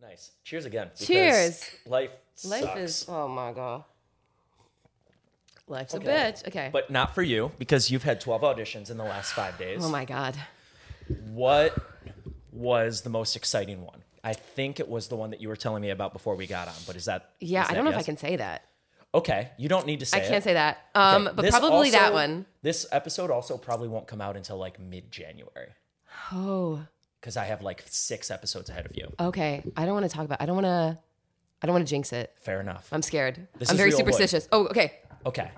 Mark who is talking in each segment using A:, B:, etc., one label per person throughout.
A: Nice. Cheers again. because
B: Cheers.
A: Life
B: Life
A: sucks.
B: is oh my god. Life's
A: Okay.
B: a bitch. Okay.
A: But not for you because you've had 12 auditions in the last five days.
B: oh my god.
A: What was the most exciting one? I think it was the one that you were telling me about before we got on, but is that.
B: Yeah,
A: is
B: I don't
A: that
B: know if I
A: yes?
B: can say that.
A: Okay, you don't need to say
B: I can't
A: it.
B: say that. Um,
A: Okay,
B: but
A: this
B: probably that
A: also-
B: one.
A: This episode also probably won't come out until like mid January
B: Oh,
A: because I have like six episodes ahead of you.
B: okay. I don't want to talk about. I don't want to. I don't want to jinx it.
A: Fair enough.
B: I'm scared.
A: This
B: I'm
A: is
B: very
A: real wood.
B: superstitious. Oh, okay.
A: Okay.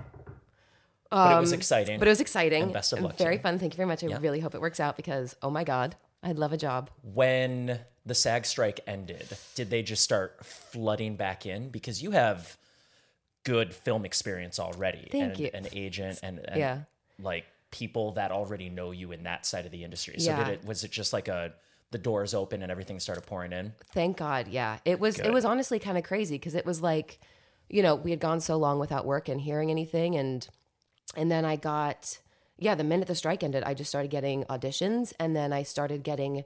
A: but it was exciting.
B: um, But it was exciting.
A: And best of luck to
B: Very
A: you.
B: fun. Thank you very much. I really hope it works out because oh my god, I'd love a job.
A: when the SAG strike ended, did they just start flooding back in? Because you have good film experience already.
B: Thank
A: and
B: you.
A: an agent and, and,
B: Yeah.
A: like people that already know you in that side of the industry. So
B: Yeah.
A: did it was it just like a the doors open and everything started pouring in?
B: Thank God. Yeah. It was it was honestly kind of crazy because it was like, you know, we had gone so long without work and hearing anything and and then I got yeah, the minute the strike ended, I just started getting auditions and then I started getting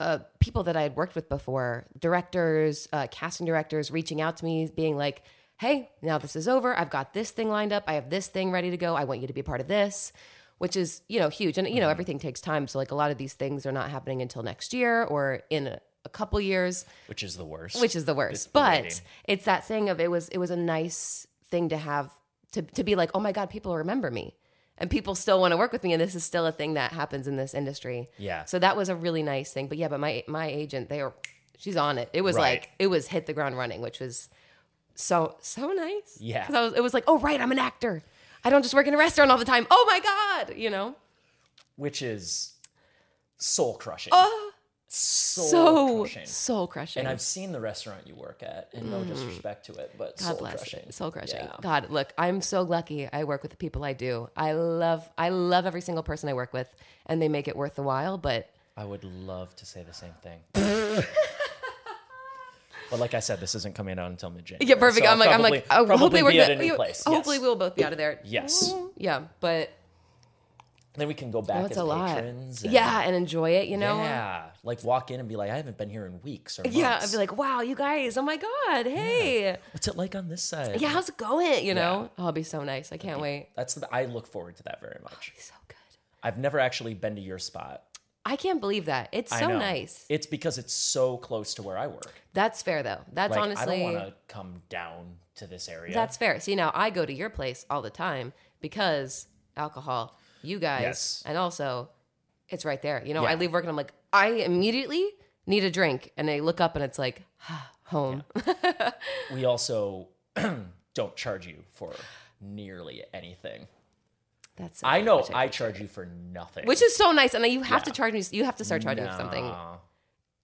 B: uh, people that I had worked with before, directors, uh, casting directors reaching out to me, being like, hey, now this is over. I've got this thing lined up. I have this thing ready to go. I want you to be a part of this, which is, you know, huge. And, you know, everything takes time. So, like, a lot of these things are not happening until next year or in a, a couple years
A: Which is the worst.
B: which is the worst. But it's that thing of it was it was a nice thing to have to to be like, oh my god, people remember me, and people still want to work with me, and this is still a thing that happens in this industry.
A: Yeah.
B: So that was a really nice thing. But yeah, but my my agent, they were, she's on it. It was
A: Right.
B: like it was hit the ground running, which was so so nice.
A: Yeah.
B: 'Cause I was, it was like, oh right, I'm an actor. I don't just work in a restaurant all the time. Oh my god, you know.
A: which is soul crushing. soul
B: Oh, So
A: crushing.
B: soul crushing.
A: And I've seen the restaurant you work at, and no disrespect to it, but
B: Mm. God
A: soul
B: bless
A: crushing.
B: it. Soul crushing.
A: Yeah.
B: God, look, I'm so lucky. I work with the people I do. I love, I love every single person I work with, and they make it worth the while. But
A: I would love to say the same thing. but like I said, this isn't coming out until mid January.
B: yeah, perfect. I'm like, I'm like, oh, hopefully we're
A: be at a
B: gonna-
A: new
B: we-
A: place.
B: Hopefully
A: yes.
B: we'll Oh. both be out of there.
A: Yes.
B: Yeah, but
A: Then we can go back
B: that's
A: as
B: a lot.
A: patrons. and-
B: yeah, and enjoy it. You know.
A: Yeah. Like walk in and be like, I haven't been here in weeks or months.
B: Yeah, I'd be like, wow, you guys, oh my god, hey, yeah,
A: what's it like on this side?
B: how's it going? You know, oh, it'll be so nice. I can't wait.
A: That's the, I look forward to that very much.
B: So good.
A: I've never actually been to your spot.
B: I can't believe that. It's
A: I
B: so
A: know.
B: nice.
A: It's because it's so close to where I work.
B: That's fair though. That's
A: Like
B: honestly.
A: I don't want to come down to this area.
B: That's fair. See, now I go to your place all the time because alcohol, you guys,
A: Yes.
B: and also it's right there. You know, I
A: Yeah.
B: leave work and I'm like, I immediately need a drink. And I look up and it's like, ah, home.
A: we also don't charge you for nearly anything.
B: That's so
A: I
B: good,
A: know
B: which
A: I charge you for nothing.
B: which is so nice. And then you have to charge me, you have to start charging me for something,
A: Nah.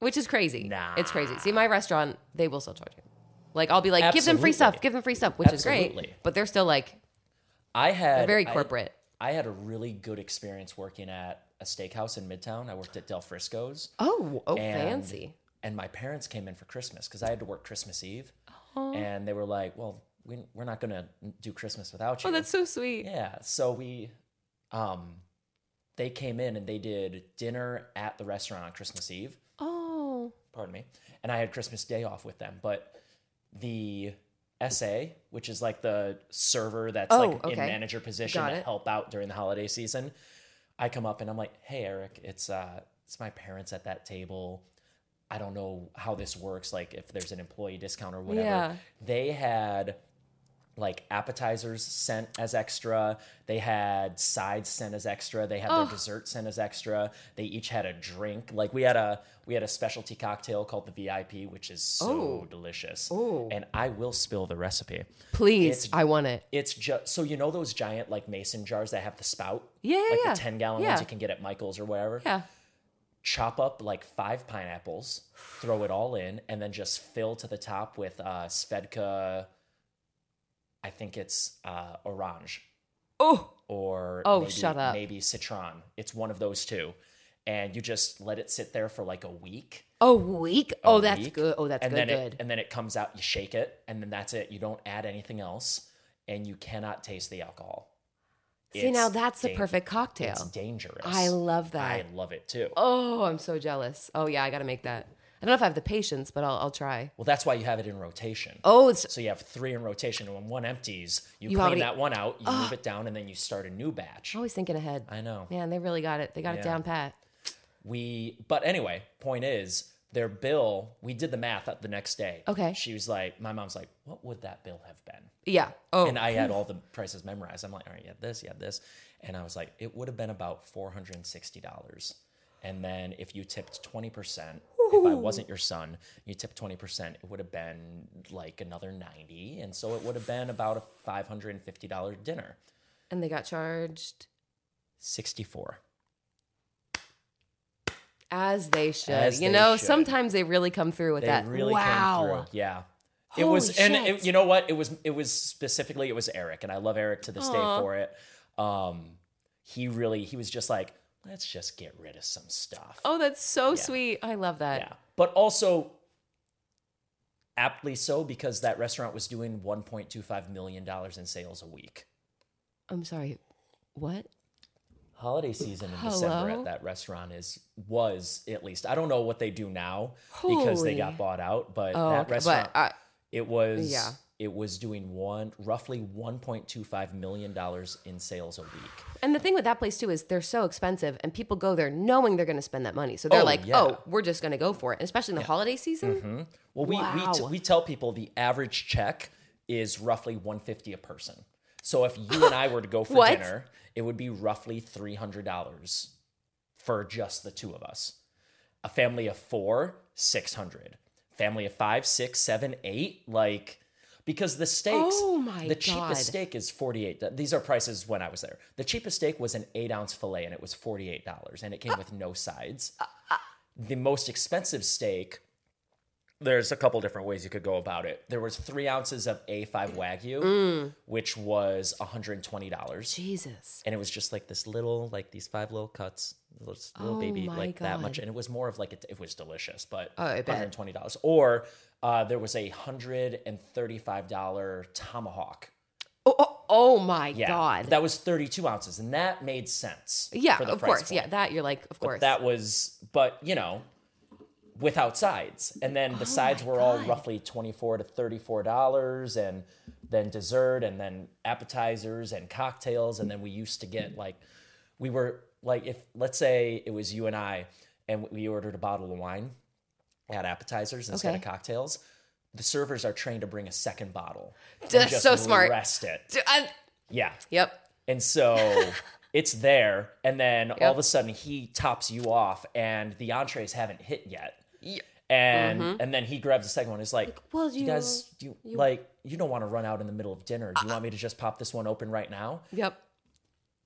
B: which is crazy.
A: Nah.
B: It's crazy. See, my restaurant, they will still charge you. Like, I'll be like, give them free
A: Absolutely.
B: stuff, give them free stuff, which is
A: Absolutely.
B: great. But they're still like,
A: I had
B: very
A: I-
B: corporate.
A: I, had a really good experience working at a steakhouse in Midtown. I worked at Del Frisco's.
B: oh, oh,
A: and-
B: fancy.
A: And my parents came in for Christmas because I had to work Christmas Eve,
B: Uh-huh.
A: and they were like, "Well, we, we're not going to do Christmas without you."
B: Oh, that's so sweet.
A: Yeah. So we, um, they came in and they did dinner at the restaurant on Christmas Eve.
B: Oh,
A: pardon me, and I had Christmas Day off with them. But the SA, which is like the server that's
B: Oh,
A: like in
B: okay.
A: manager position
B: Got
A: to
B: it.
A: help out during the holiday season, I come up and I'm like, "Hey, Eric, it's uh, it's my parents at that table. I don't know how this works. Like, if there's an employee discount or whatever,
B: Yeah.
A: they had." Like appetizers sent as extra. They had sides sent as extra. They had their dessert sent as extra. They each had a drink. Like we had a we had a specialty cocktail called the VIP, which is so delicious.
B: Oh.
A: And I will spill the recipe.
B: please.
A: It's-
B: I want it.
A: It's just so you know those giant like mason jars that have the spout,
B: Yeah, yeah,
A: like
B: yeah.
A: the ten gallon
B: Yeah.
A: ones you can get at Michaels or wherever.
B: Yeah.
A: Chop up like five pineapples, throw it all in, and then just fill to the top with uh, Svedka. I think it's uh, orange
B: Oh,
A: or
B: Oh,
A: maybe,
B: shut up.
A: maybe citron. It's one of those two. And you just let it sit there for like a week.
B: Oh, week.
A: a
B: Oh, that's
A: week,
B: good. Oh, that's
A: and Then
B: good. Good.
A: It, and then it comes out, you shake it, and then that's it. You don't add anything else, and you cannot taste the alcohol.
B: See, now
A: It's
B: that's the
A: dang-
B: perfect cocktail.
A: It's dangerous.
B: I love that.
A: I love it too.
B: oh, I'm so jealous. Oh yeah, I gotta make that. I don't know if I have the patience, but I'll, I'll try.
A: Well, that's why you have it in rotation.
B: Oh, it's
A: So you have three in rotation, and when one empties, you,
B: You
A: clean
B: already- Oh.
A: that one out, you move it down, and then you start a new batch.
B: always thinking ahead.
A: I know.
B: Man, they really got it. They got
A: Yeah.
B: it down pat.
A: We, but anyway, point is, their bill. We did the math the next day.
B: Okay.
A: She was like, my mom's like, what would that bill have been?
B: Yeah. Oh,
A: And I had all the prices memorized. I'm like, all right, you had this, you had this, and I was like, it would have been about four hundred and sixty dollars. And then if you tipped twenty percent, if I wasn't your son, you tipped twenty percent, it would have been like another ninety, and so it would have been about a five hundred and fifty dollar dinner.
B: and they got charged
A: Sixty four.
B: as they should.
A: As
B: you
A: they
B: know,
A: should.
B: sometimes they really come through with
A: They
B: that.
A: really came
C: Wow.
A: through. Yeah. it
C: Holy
A: was and
C: shit.
A: it, you know what? It was it was specifically it was Eric and I love Eric to this day for it. Um he really he was just like, let's just get rid of some stuff.
B: oh, that's so sweet. I love that.
A: Yeah. But also aptly so because that restaurant was doing 1.25 million dollars in sales a week.
B: I'm sorry. What?
A: Holiday season in December
B: Hello?
A: at that restaurant is was at least I don't know what they do now because they got
B: Holy.
A: bought out, but
B: Oh,
A: that
B: okay.
A: restaurant
B: but I,
A: It was
B: Yeah.
A: it was doing one roughly 1.25 million dollars in sales a week.
B: and the thing with that place too is they're so expensive, and people go there knowing they're going to spend that money. So they're
A: Oh,
B: like,
A: yeah.
B: "Oh, Mm-hmm. we're just going to go for it," and especially in the holiday season.
A: Well, we we, t-
C: Wow.
A: we tell people the average check is roughly 150 a person. So if you and I were to go for
B: What?
A: dinner, it would be roughly $300 for just the two of us. A family of 4, 600. Family of five, six, seven, eight, like because the steaks
B: Oh my
A: the cheapest
B: God.
A: steak is 48 these are prices when i was there the cheapest steak was an 8 ounce fillet and it was $48 and it
B: Uh,
A: came with no sides the most expensive steak there's a couple different ways you could go about it there was three ounces of a5 wagyu which was $120
B: Jesus.
A: and it was just like this little like these five little cuts little, little
B: Oh
A: baby
B: my
A: like that much
B: God.
A: and it was more of like it, it was delicious but
B: Oh, I bet.
A: $120 or uh, there was a $135 tomahawk
B: Oh, oh, oh my
A: yeah,
B: God.
A: that was 32 ounces and that made sense
B: yeah,
A: for the
B: of
A: price
B: course. Yeah,
A: point.
B: that you're like, of course.
A: that was but you know without sides and then
B: Oh
A: the sides were all roughly 24 to 34 dollars and then dessert and then appetizers and cocktails and then we used to get like we were like if let's say it was you and i and we ordered a bottle of wine at appetizers instead of
B: Okay.
A: cocktails the servers are trained to bring a second bottle and
B: That's so smart.
A: rest it
B: Dude, I-
A: yeah
B: yep.
A: and so it's there. And then all
B: Yep.
A: of a sudden he tops you off and the entrees haven't hit yet.
B: Ye-
A: And and then he grabs the second one. It's like,
B: well,
A: you
B: you- Uh,
A: guys, do you, like, you don't want to run out in the middle of dinner. Do you want me to just pop this one open right now?
B: Yep.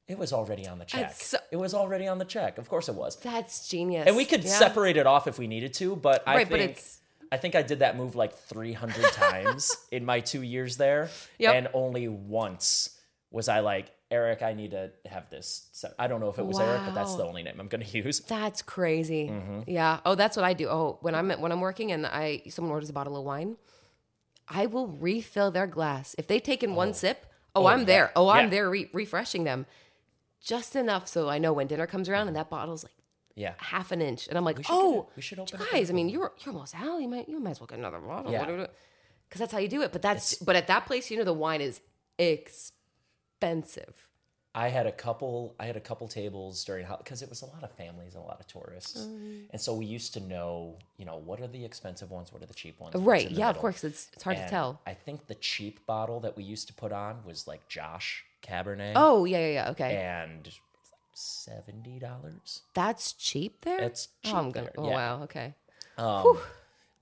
A: It was already on the check.
B: That's so-
A: it was already on the check. Of course it was.
B: That's genius.
A: And we could separate it off if we needed to, but I
B: Right, but
A: think
B: it's-
A: I think I did that move like 300 times in my 2 years there
B: Yep.
A: and only once was I like Eric, I need to have this. So I don't know if it was Eric, but that's
B: Wow.
A: the only name I'm going to use.
B: That's crazy.
A: Mm-hmm.
B: Yeah. Oh, that's what I do. Oh, when I'm when I'm working and I someone orders a bottle of wine, I will refill their glass. If they take in one sip, oh, I'm
A: yeah.
B: there. Oh, I'm
A: Yeah.
B: there re- refreshing them, just enough so I know when dinner comes around and that bottle's like
A: Yeah.
B: half an inch, and I'm like,
A: should get
B: oh,
A: it. We should
B: you
A: open up
B: guys. I mean, you're you're almost out. You might you might as well get another bottle.
A: Yeah.
B: Because that's how you do it. But that's but at that place, you know, the wine is expensive.
A: I had a couple I had a couple tables during because it was a lot of families and a lot of tourists.
B: Mm.
A: And so we used to know, you know, what are the expensive ones, what are the cheap ones? what's
B: Right?
A: in the
B: Yeah. Of
A: middle.
B: course, it's it's hard to
A: And
B: tell.
A: I think the cheap bottle that we used to put on was like Josh Cabernet.
B: Oh yeah yeah yeah. Okay.
A: and seventy dollars.
B: That's cheap there.
A: It's
B: Oh, I'm
A: cheap
B: gonna.
A: there,
B: Oh
A: yeah. Um,
B: wow. Okay.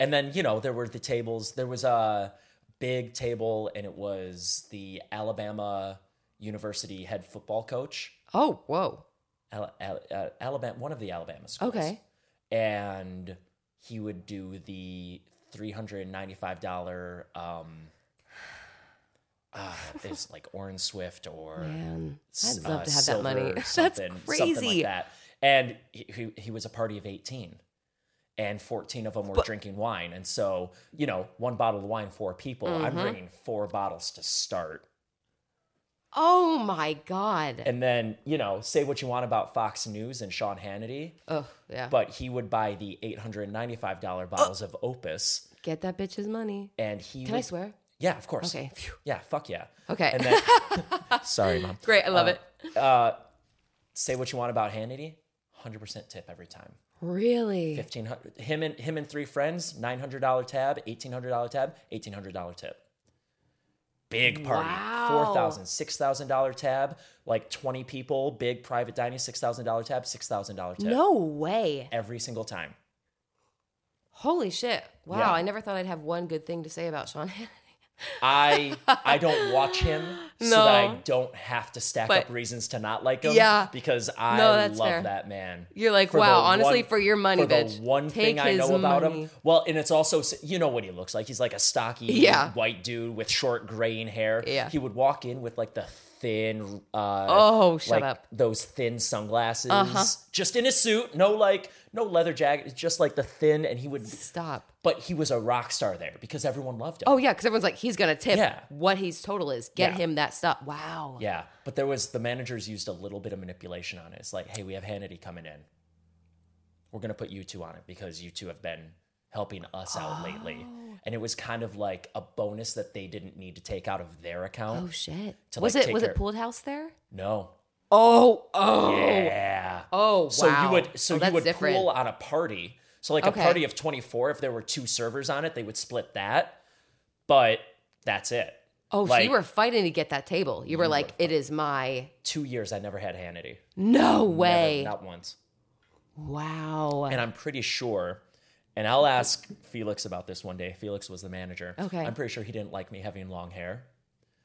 A: And then you know there were the tables. There was a big table, and it was the Alabama University head football coach,
B: Oh whoa.
A: Al- Al- uh, Alabama, one of the Alabama schools.
B: Okay.
A: and he would do the three hundred and ninety-five dollar. Um, uh, it's like Orange Swift or
B: Man,
A: s-
B: I'd love
A: uh,
B: to have that money.
A: silver,
B: That's
A: something-
B: crazy.
A: Something like that. And he, he, he was a party of 18, and 14 of them were drinking wine. And so,
B: Mm-hmm.
A: you know, one bottle of wine, four people. I'm bringing four bottles to start.
B: Oh my God.
A: And then, you know, say what you want about Fox News and Sean Hannity,
B: Oh, yeah.
A: but he would buy the
B: Oh.
A: $895 bottles of Opus
B: Get that bitch's money.
A: and he
B: Can
A: would,
B: I swear?
A: Yeah, of course.
B: Okay. phew.
A: Yeah, fuck yeah.
B: Okay.
A: And then Sorry, mom. Uh,
B: Great. I love it.
A: Say what you want about Hannity, 100% tip every time.
B: Really?
A: 1500 him and him and three friends, $900 tab, $1800 tab, $1800 tip. Big party.
B: Wow.
A: $4,000, $6,000 tab, like 20 people, big private dining, $6,000 tab, $6,000 tip.
B: No way.
A: Every single time.
B: Holy shit. Wow.
A: Yeah.
B: I never thought I'd have one good thing to say about Sean Hannity.
A: I I don't watch him so that I
B: No.
A: don't have to stack
B: But-
A: up reasons to not like him.
B: Yeah.
A: because I
B: No, that's
A: love
B: fair.
A: that man.
B: You're like,
A: For
B: wow,
A: the
B: honestly,
A: one-
B: for your money,
A: for
B: bitch.
A: the one
B: take
A: thing I
B: his
A: know about
B: money.
A: him. Well, and it's also s- you know what he looks like. He's like a stocky
B: Yeah.
A: white dude with short graying hair.
B: Yeah.
A: he would walk in with like the thin. Uh,
B: Oh, shut
A: like,
B: up. Uh-huh.
A: Those thin sunglasses, just in a suit, no like no leather jacket, just like the thin, and he would.
B: Stop.
A: But he was a rock star there because everyone loved him.
B: Oh, yeah. Because everyone's like, he's going to tip
A: Yeah.
B: what his total is. Get
A: Yeah.
B: him that stuff. Wow.
A: Yeah, but there was the managers used a little bit of manipulation on it. It's like, hey, we have Hannity coming in. We're gonna put you two on it because you two have been helping us out lately,
B: Oh.
A: and it was kind of like a bonus that they didn't need to take out of their account.
B: Oh, shit.
A: To,
B: was
A: like,
B: it
A: take
B: was
A: care-
B: it pooled house there?
A: No.
B: Oh, oh.
A: Yeah.
B: Oh, wow.
A: So you would so
B: Oh,
A: you
B: that's
A: would
B: different.
A: pool on a party. So like
B: Okay.
A: a party of twenty four. If there were two servers on it, they would split that. But that's it.
B: Oh, so
A: like-
B: you were fighting to get that table. You were like, it is my.
A: Two years I never had Hannity.
B: No
A: Never-
B: way.
A: not once.
B: Wow.
A: and I'm pretty sure, and I'll ask Felix about this one day. Felix was the manager.
B: Okay.
A: I'm pretty sure he didn't like me having long hair.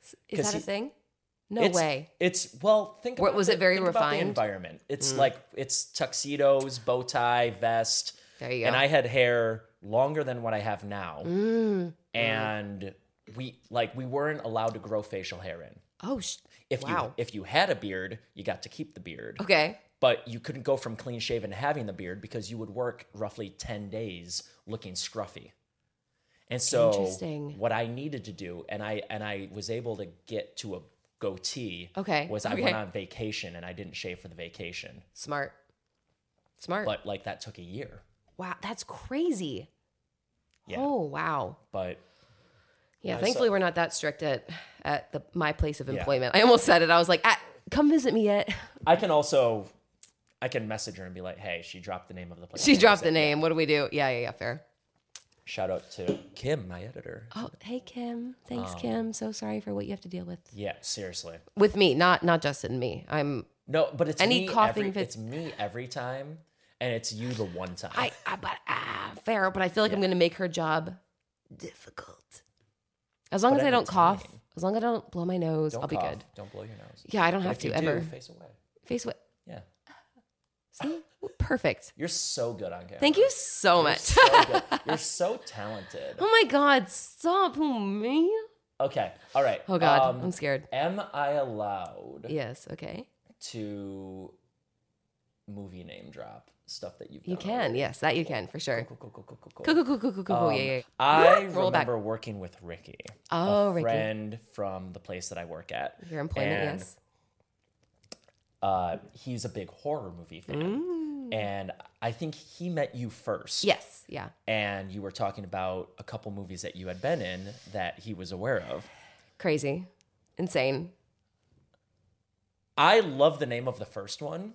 B: is
A: 'cause
B: that a
A: he-
B: thing? No
A: it's,
B: way.
A: It's well, think
B: What-
A: about
B: was
A: the-
B: it very
A: think about the
B: refined?
A: environment. It's like it's tuxedos, bow tie, vest,
B: There you go.
A: and I had hair longer than what I have now,
B: Mm.
A: and we like we weren't allowed to grow facial hair in.
B: oh, sh-
A: If you
B: Wow.
A: if you had a beard, you got to keep the beard.
B: okay.
A: but you couldn't go from clean shaven to having the beard because you would work roughly 10 days looking scruffy and so
B: Interesting.
A: what i needed to do and i and i was able to get to a goatee
B: Okay,
A: was i
B: okay.
A: went on vacation and i didn't shave for the vacation
B: Smart. Smart.
A: but like that took a year
B: wow. That's crazy.
A: Yeah.
B: Oh, wow.
A: but
B: Yeah.
A: I
B: thankfully,
A: saw-
B: we're not that strict at at the, my place of employment. I almost said it. I was like, ah, come visit me yet.
A: i can also i can message her and be like hey she dropped the name of the place
B: She dropped the name. What do we do? Yeah, yeah, yeah. Fair.
A: shout out to kim my editor
B: Oh, hey Kim. Thanks, Kim. So sorry for what you have to deal with.
A: yeah seriously
B: With me, not not Justin. Me. I'm.
A: no but it's
B: Any
A: me
B: coughing
A: every,
B: fits-
A: it's me every time and it's you the one time
B: I. I but ah, fair. But I feel like I'm going to make her job difficult. As long
A: But
B: as I don't cough.
A: entertaining.
B: As long as I don't blow my nose,
A: Don't
B: I'll be
A: cough.
B: good.
A: Don't blow your nose.
B: Yeah, I don't
A: But
B: have
A: if
B: to
A: you
B: ever
A: do, face away.
B: face what.
A: Yeah,
B: See, perfect.
A: you're so good on camera.
B: Thank you so
A: You're
B: much.
A: so good. You're so talented.
B: Oh my God, stop oh me.
A: Okay. All right.
B: Oh God,
A: Um,
B: I'm scared.
A: am I allowed
B: Yes, okay.
A: to movie name drop stuff that you've
B: You
A: done
B: can.
A: already?
B: Yes, that you can for sure.
A: Cool, cool, cool, cool, cool, cool. Um,
B: Cool, cool, cool, cool, cool, cool. cool. Yeah, yeah. yeah.
A: I
B: Roll it back.
A: remember working with Ricky,
B: Oh,
A: a
B: Ricky.
A: friend from the place that I work at.
B: Your employment,
A: And
B: yes.
A: uh, he's a big horror movie
B: Mm.
A: fan. And I think he met you first.
B: Yes, yeah.
A: And you were talking about a couple movies that you had been in that he was aware of.
B: Crazy. Insane.
A: I love the name of the first one,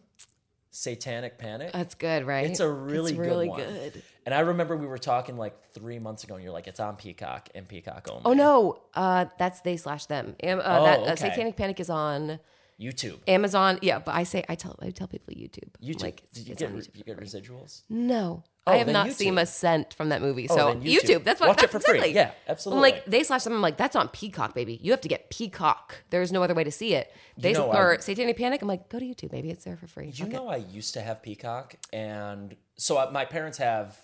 A: Satanic Panic.
B: That's good, right?
A: it's a really,
B: It's really
A: good, one.
B: good.
A: And I remember we were talking like three months ago, and you're like, "It's on Peacock and Peacock only."
B: Oh no, uh, that's they slash them. Am- uh,
A: Oh,
B: that, uh,
A: okay.
B: Satanic Panic is on
A: YouTube,
B: Amazon. Yeah, but I say I tell I tell people YouTube. I'm
A: YouTube.
B: Like,
A: Did you
B: it's
A: get,
B: on
A: re-
B: YouTube.
A: you get residuals?
B: No,
A: Oh,
B: I have
A: then
B: not
A: YouTube. Oh,
B: seen a cent from that movie. So
A: then
B: YouTube.
A: YouTube.
B: that's what
A: Watch it
B: that's
A: for free.
B: exactly.
A: Yeah, absolutely.
B: I'm like they slash them. I'm like that's on Peacock, baby. You have to get Peacock. There's no other way to see it. They
A: know,
B: or
A: I-
B: Satanic Panic. I'm like go to YouTube, baby. It's there for free.
A: You
B: Fuck it.
A: know, I used to have Peacock, and so uh, my parents have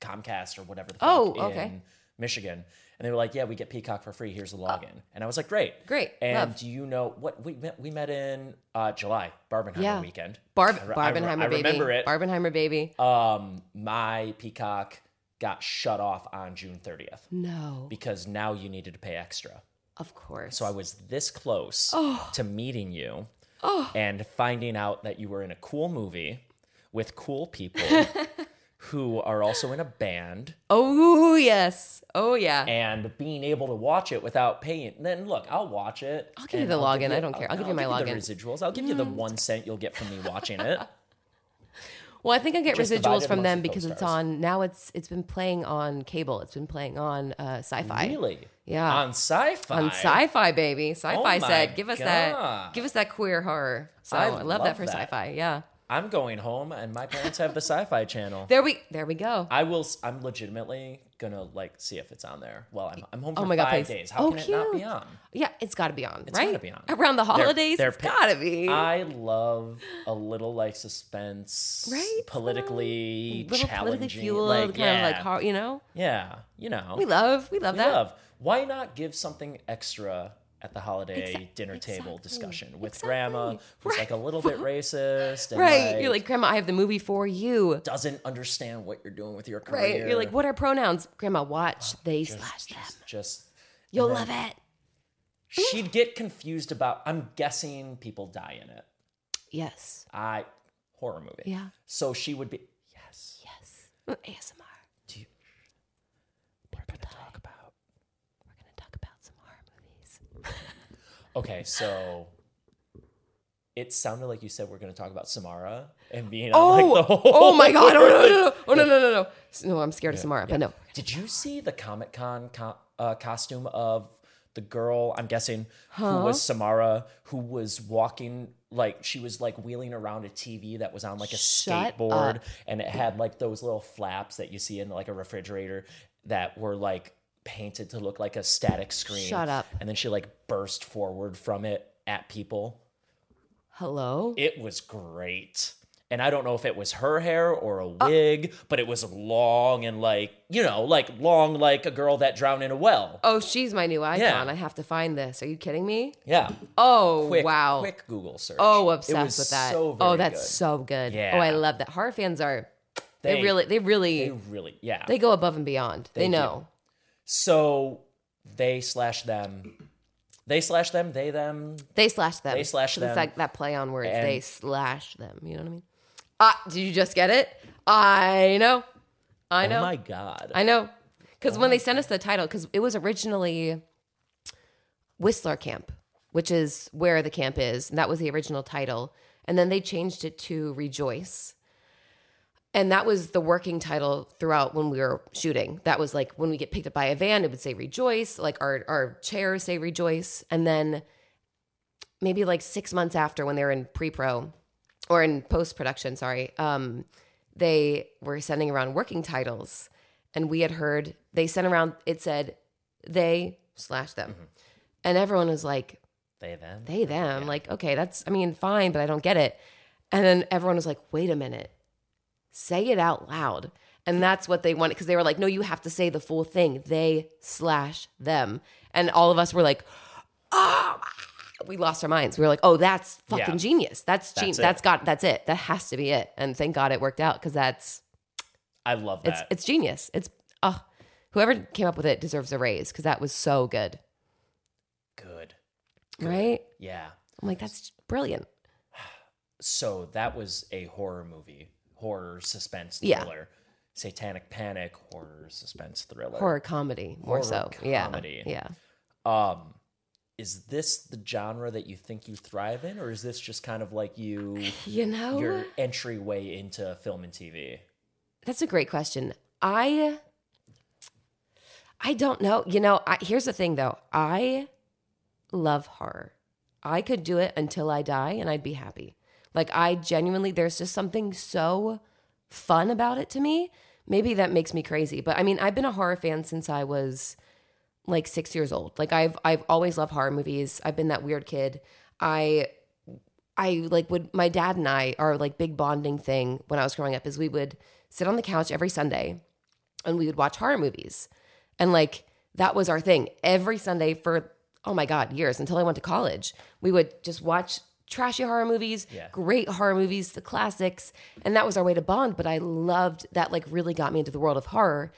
A: Comcast or whatever. The fuck
B: Oh, okay. Oh.
A: In Michigan, and they were like, "Yeah, we get Peacock for free. Here's the login." and I was like, "Great,
B: Great,
A: And
B: love.
A: do you know what we met? We met in uh, July, Barbenheimer
B: Yeah.
A: weekend.
B: Barb-
A: I re- I re-
B: Barbenheimer
A: I
B: baby.
A: remember it.
B: Barbenheimer baby.
A: um, my Peacock got shut off on June 30th
B: no.
A: because now you needed to pay extra.
B: Of course.
A: So I was this close
B: Oh.
A: to meeting you and finding out that you were in a cool movie with cool people who are also in a band
B: oh yes. Oh yeah.
A: and being able to watch it without paying. Then look, I'll watch it.
B: I'll give you
A: and
B: the
A: give
B: login. I don't care. I'll give you my
A: the
B: login. Mm.
A: residuals. I'll give you the one cent you'll get from me watching it.
B: Well, I think I get
A: Just
B: residuals
A: divided
B: from them
A: amongst the
B: because it's
A: co-stars.
B: on now. It's it's been playing on cable. It's been playing on uh, sci-fi.
A: Really?
B: Yeah.
A: On sci-fi.
B: On sci-fi, baby. Sci-fi
A: Oh my
B: said, "Give us that,
A: God.
B: give us that queer horror." So I
A: I
B: love,
A: love
B: that for
A: that.
B: sci-fi. Yeah,
A: I'm going home, and my parents have the sci-fi channel.
B: there we there we go.
A: I will. s- I'm legitimately gonna like see if it's on there. Well, I'm, I'm home for
B: my God,
A: five
B: please.
A: days. How
B: Oh,
A: can it not be
B: cute.
A: on?
B: yeah, it's got to be on. right?
A: gotta be on.
B: around the
A: They're-
B: holidays.
A: they're
B: it's
A: pi- uh,
B: got to be.
A: I love a little like suspense,
B: Right?
A: Politically
B: little
A: challenging,
B: politically fueled,
A: like
B: kind
A: yeah,
B: of like hor- you know.
A: yeah, you know,
B: We love we love
A: We
B: that.
A: love. Why not give something extra at the holiday
B: Exa-
A: dinner table
B: exactly.
A: discussion with
B: Exactly.
A: grandma, who's like a little bit racist, and
B: right? You're like, Grandma, I have the movie for you.
A: doesn't understand what you're doing with your career.
B: Right? You're like, what are pronouns, Grandma? Watch they slash them.
A: Just, just
B: You'll
A: and
B: love
A: then
B: it.
A: She'd get confused about. I'm guessing people die in it.
B: Yes.
A: I horror movie.
B: Yeah.
A: So she would be. Yes.
B: Yes. ASMR.
A: Do you, we're gonna talk about.
B: We're gonna talk about some horror movies.
A: Okay, so. It sounded like you said we're going to talk about Samara and being
B: Oh,
A: on like the whole.
B: oh my god! Oh no, no, no, no! Oh no, no, no, no! S- No, I'm scared of Samara, but no.
A: Did you see the Comic Con co- uh, costume of the girl? I'm guessing who was Samara, who was walking like she was like wheeling around a TV that was on like a
B: Shut
A: skateboard,
B: up.
A: and it had like those little flaps that you see in like a refrigerator that were like painted to look like a static screen.
B: Shut up.
A: And then she like burst forward from it at people.
B: Hello.
A: It was great. And I don't know if it was her hair or a
B: Uh,
A: wig, but it was long and like, you know, like long like a girl that drowned in a well.
B: Oh, she's my new icon.
A: Yeah.
B: I have to find this. Are you kidding me?
A: Yeah.
B: Oh
A: Quick,
B: wow.
A: Quick Google search.
B: Oh,
A: It
B: obsessed
A: was
B: with that.
A: So very
B: oh, that's
A: good.
B: so good.
A: Yeah.
B: Oh, I love that. Horror fans are they,
A: They-
B: really they
A: They
B: really they,
A: really, yeah.
B: go above and beyond. They,
A: do.
B: know.
A: so they slash them. They slash them, they them.
B: They slash them.
A: They slash
B: 'Cause It's
A: them.
B: like that play on words.
A: And-
B: they slash them. You know what I mean? Ah, did you just get it? I know. I know.
A: Oh my god.
B: I know. Because when they sent us the title, because it was originally Whistler Camp, which is where the camp is. And that was the original title. And then they changed it to Rejoice. And that was the working title throughout when we were shooting. That was like when we get picked up by a van, it would say Rejoice. Like our, our chairs say Rejoice. And then maybe like six months after when they were in pre pro or in post production, sorry, um, they were sending around working titles. And we had heard they sent around, it said they slash them.
A: Mm-hmm.
B: And everyone was like,
A: they them.
B: they, them. Like, okay, that's, I mean, fine, but I don't get it. And then everyone was like, wait a minute, say it out loud. And that's what they wanted because they were like, no, you have to say the full thing. They slash them. And all of us were like, oh, we lost our minds. We were like, oh, that's fucking
A: Yeah.
B: genius. That's
A: That's
B: genius.
A: it.
B: that's got, that's it. That has to be it. And thank God it worked out because that's,
A: I love that.
B: it's, it's genius. It's, oh, whoever came up with it deserves a raise because that was so good.
A: good.
B: Right?
A: Yeah.
B: I'm like, that's brilliant.
A: so that was a horror movie, horror suspense
B: Yeah.
A: thriller, Satanic Panic, horror suspense thriller.
B: horror comedy more
A: Horror
B: so.
A: comedy.
B: Yeah. Yeah.
A: Um, is this the genre that you think you thrive in, or is this just kind of like you
B: You know,
A: your entryway into film and TV?
B: that's a great question. I I don't know. You know, I, here's the thing though. I love horror. I could do it until I die and I'd be happy. Like I genuinely there's just something so fun about it to me. Maybe that makes me crazy, but I mean, I've been a horror fan since I was like 6 years old. Like I've I've always loved horror movies. I've been that weird kid. I I like would my dad and I our like big bonding thing when I was growing up is we would sit on the couch every Sunday and we would watch horror movies. And like that was our thing. Every Sunday for oh my god, years until I went to college, we would just watch trashy horror movies, great horror movies, the classics, and that was our way to bond, but I loved that like really got me into the world of horror.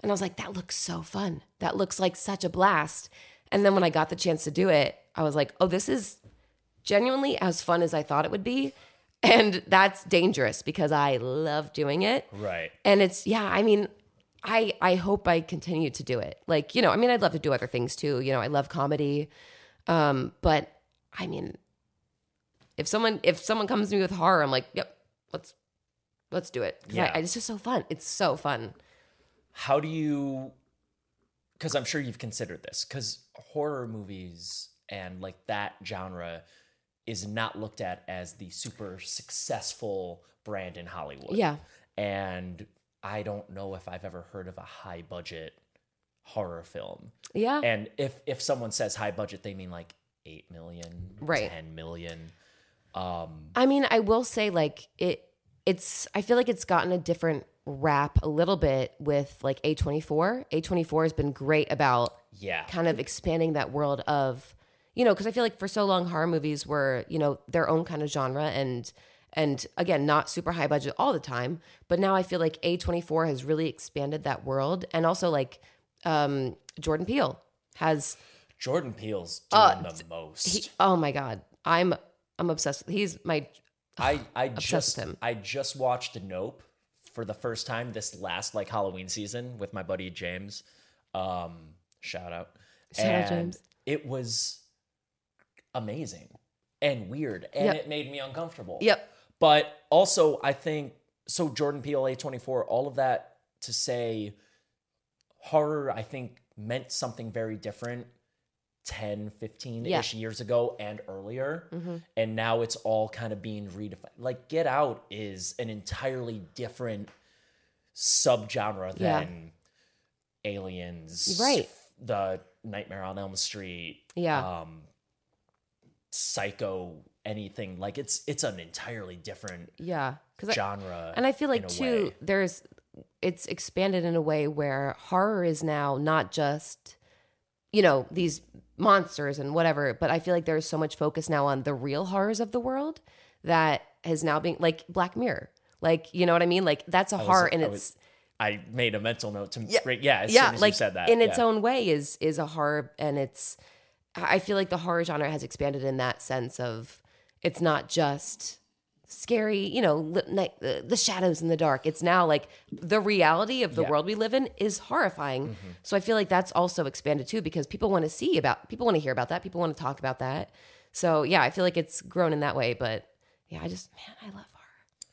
B: And I was like that looks so fun. That looks like such a blast. And then when I got the chance to do it, I was like, oh, this is genuinely as fun as I thought it would be. And that's dangerous because I love doing it.
A: Right.
B: And it's yeah, I mean, I I hope I continue to do it. Like, you know, I mean, I'd love to do other things too. You know, I love comedy. Um, but I mean, if someone if someone comes to me with horror, I'm like, yep, let's let's do it. 'Cause I-
A: Yeah.
B: I- it's just so fun. It's so fun.
A: How do you? Because I'm sure you've considered this. Because horror movies and like that genre is not looked at as the super successful brand in Hollywood.
B: Yeah.
A: And I don't know if I've ever heard of a high budget horror film.
B: Yeah.
A: And if if someone says high budget, they mean like eight million,
B: Right.
A: ten million. Um,
B: I mean, I will say like it it's I feel like it's gotten a different rap a little bit with like A24. A24 has been great about
A: yeah,
B: kind of expanding that world of you know because i feel like for so long horror movies were you know their own kind of genre and and again not super high budget all the time but now i feel like a24 has really expanded that world and also like um jordan peele has
A: Jordan Peele's doing the most.
B: Uh, he, oh my god i'm i'm obsessed he's my
A: I I
B: obsessed
A: just
B: with him.
A: I just watched Nope for the first time this last like Halloween season with my buddy James. Um, shout out,
B: Shout out, James.
A: It was amazing and weird, and
B: Yep.
A: it made me uncomfortable.
B: yep
A: But also, I think so. Jordan Peele, A24, all of that to say, horror, I think, meant something very different 10, 15 ish years ago and earlier. And now it's all kind of being redefined. Like, Get Out is an entirely different subgenre
B: Yeah.
A: than Aliens,
B: Right.
A: The Nightmare on Elm Street,
B: yeah
A: um psycho anything like it's it's an entirely different
B: yeah because
A: genre
B: And I feel like
A: in a
B: too,
A: way.
B: there's it's expanded in a way where horror is now not just you know these monsters and whatever, but I feel like there's so much focus now on the real horrors of the world that has now been like Black Mirror, like you know what I mean? Like that's a
A: was-
B: horror in
A: I
B: its
A: was- i made a mental note to yeah, yeah as
B: yeah,
A: soon as
B: like
A: you said that
B: in its
A: yeah.
B: own way is is a horror, and it's I feel like the horror genre has expanded in that sense of it's not just scary, you know, li- night, the, the shadows in the dark. It's now like the reality of the
A: Yeah. Mm-hmm.
B: world we live in is horrifying. So I feel like that's also expanded too because people want to see about people want to hear about that, people want to talk about that. So yeah, I feel like it's grown in that way, but yeah, I just man, I love horror.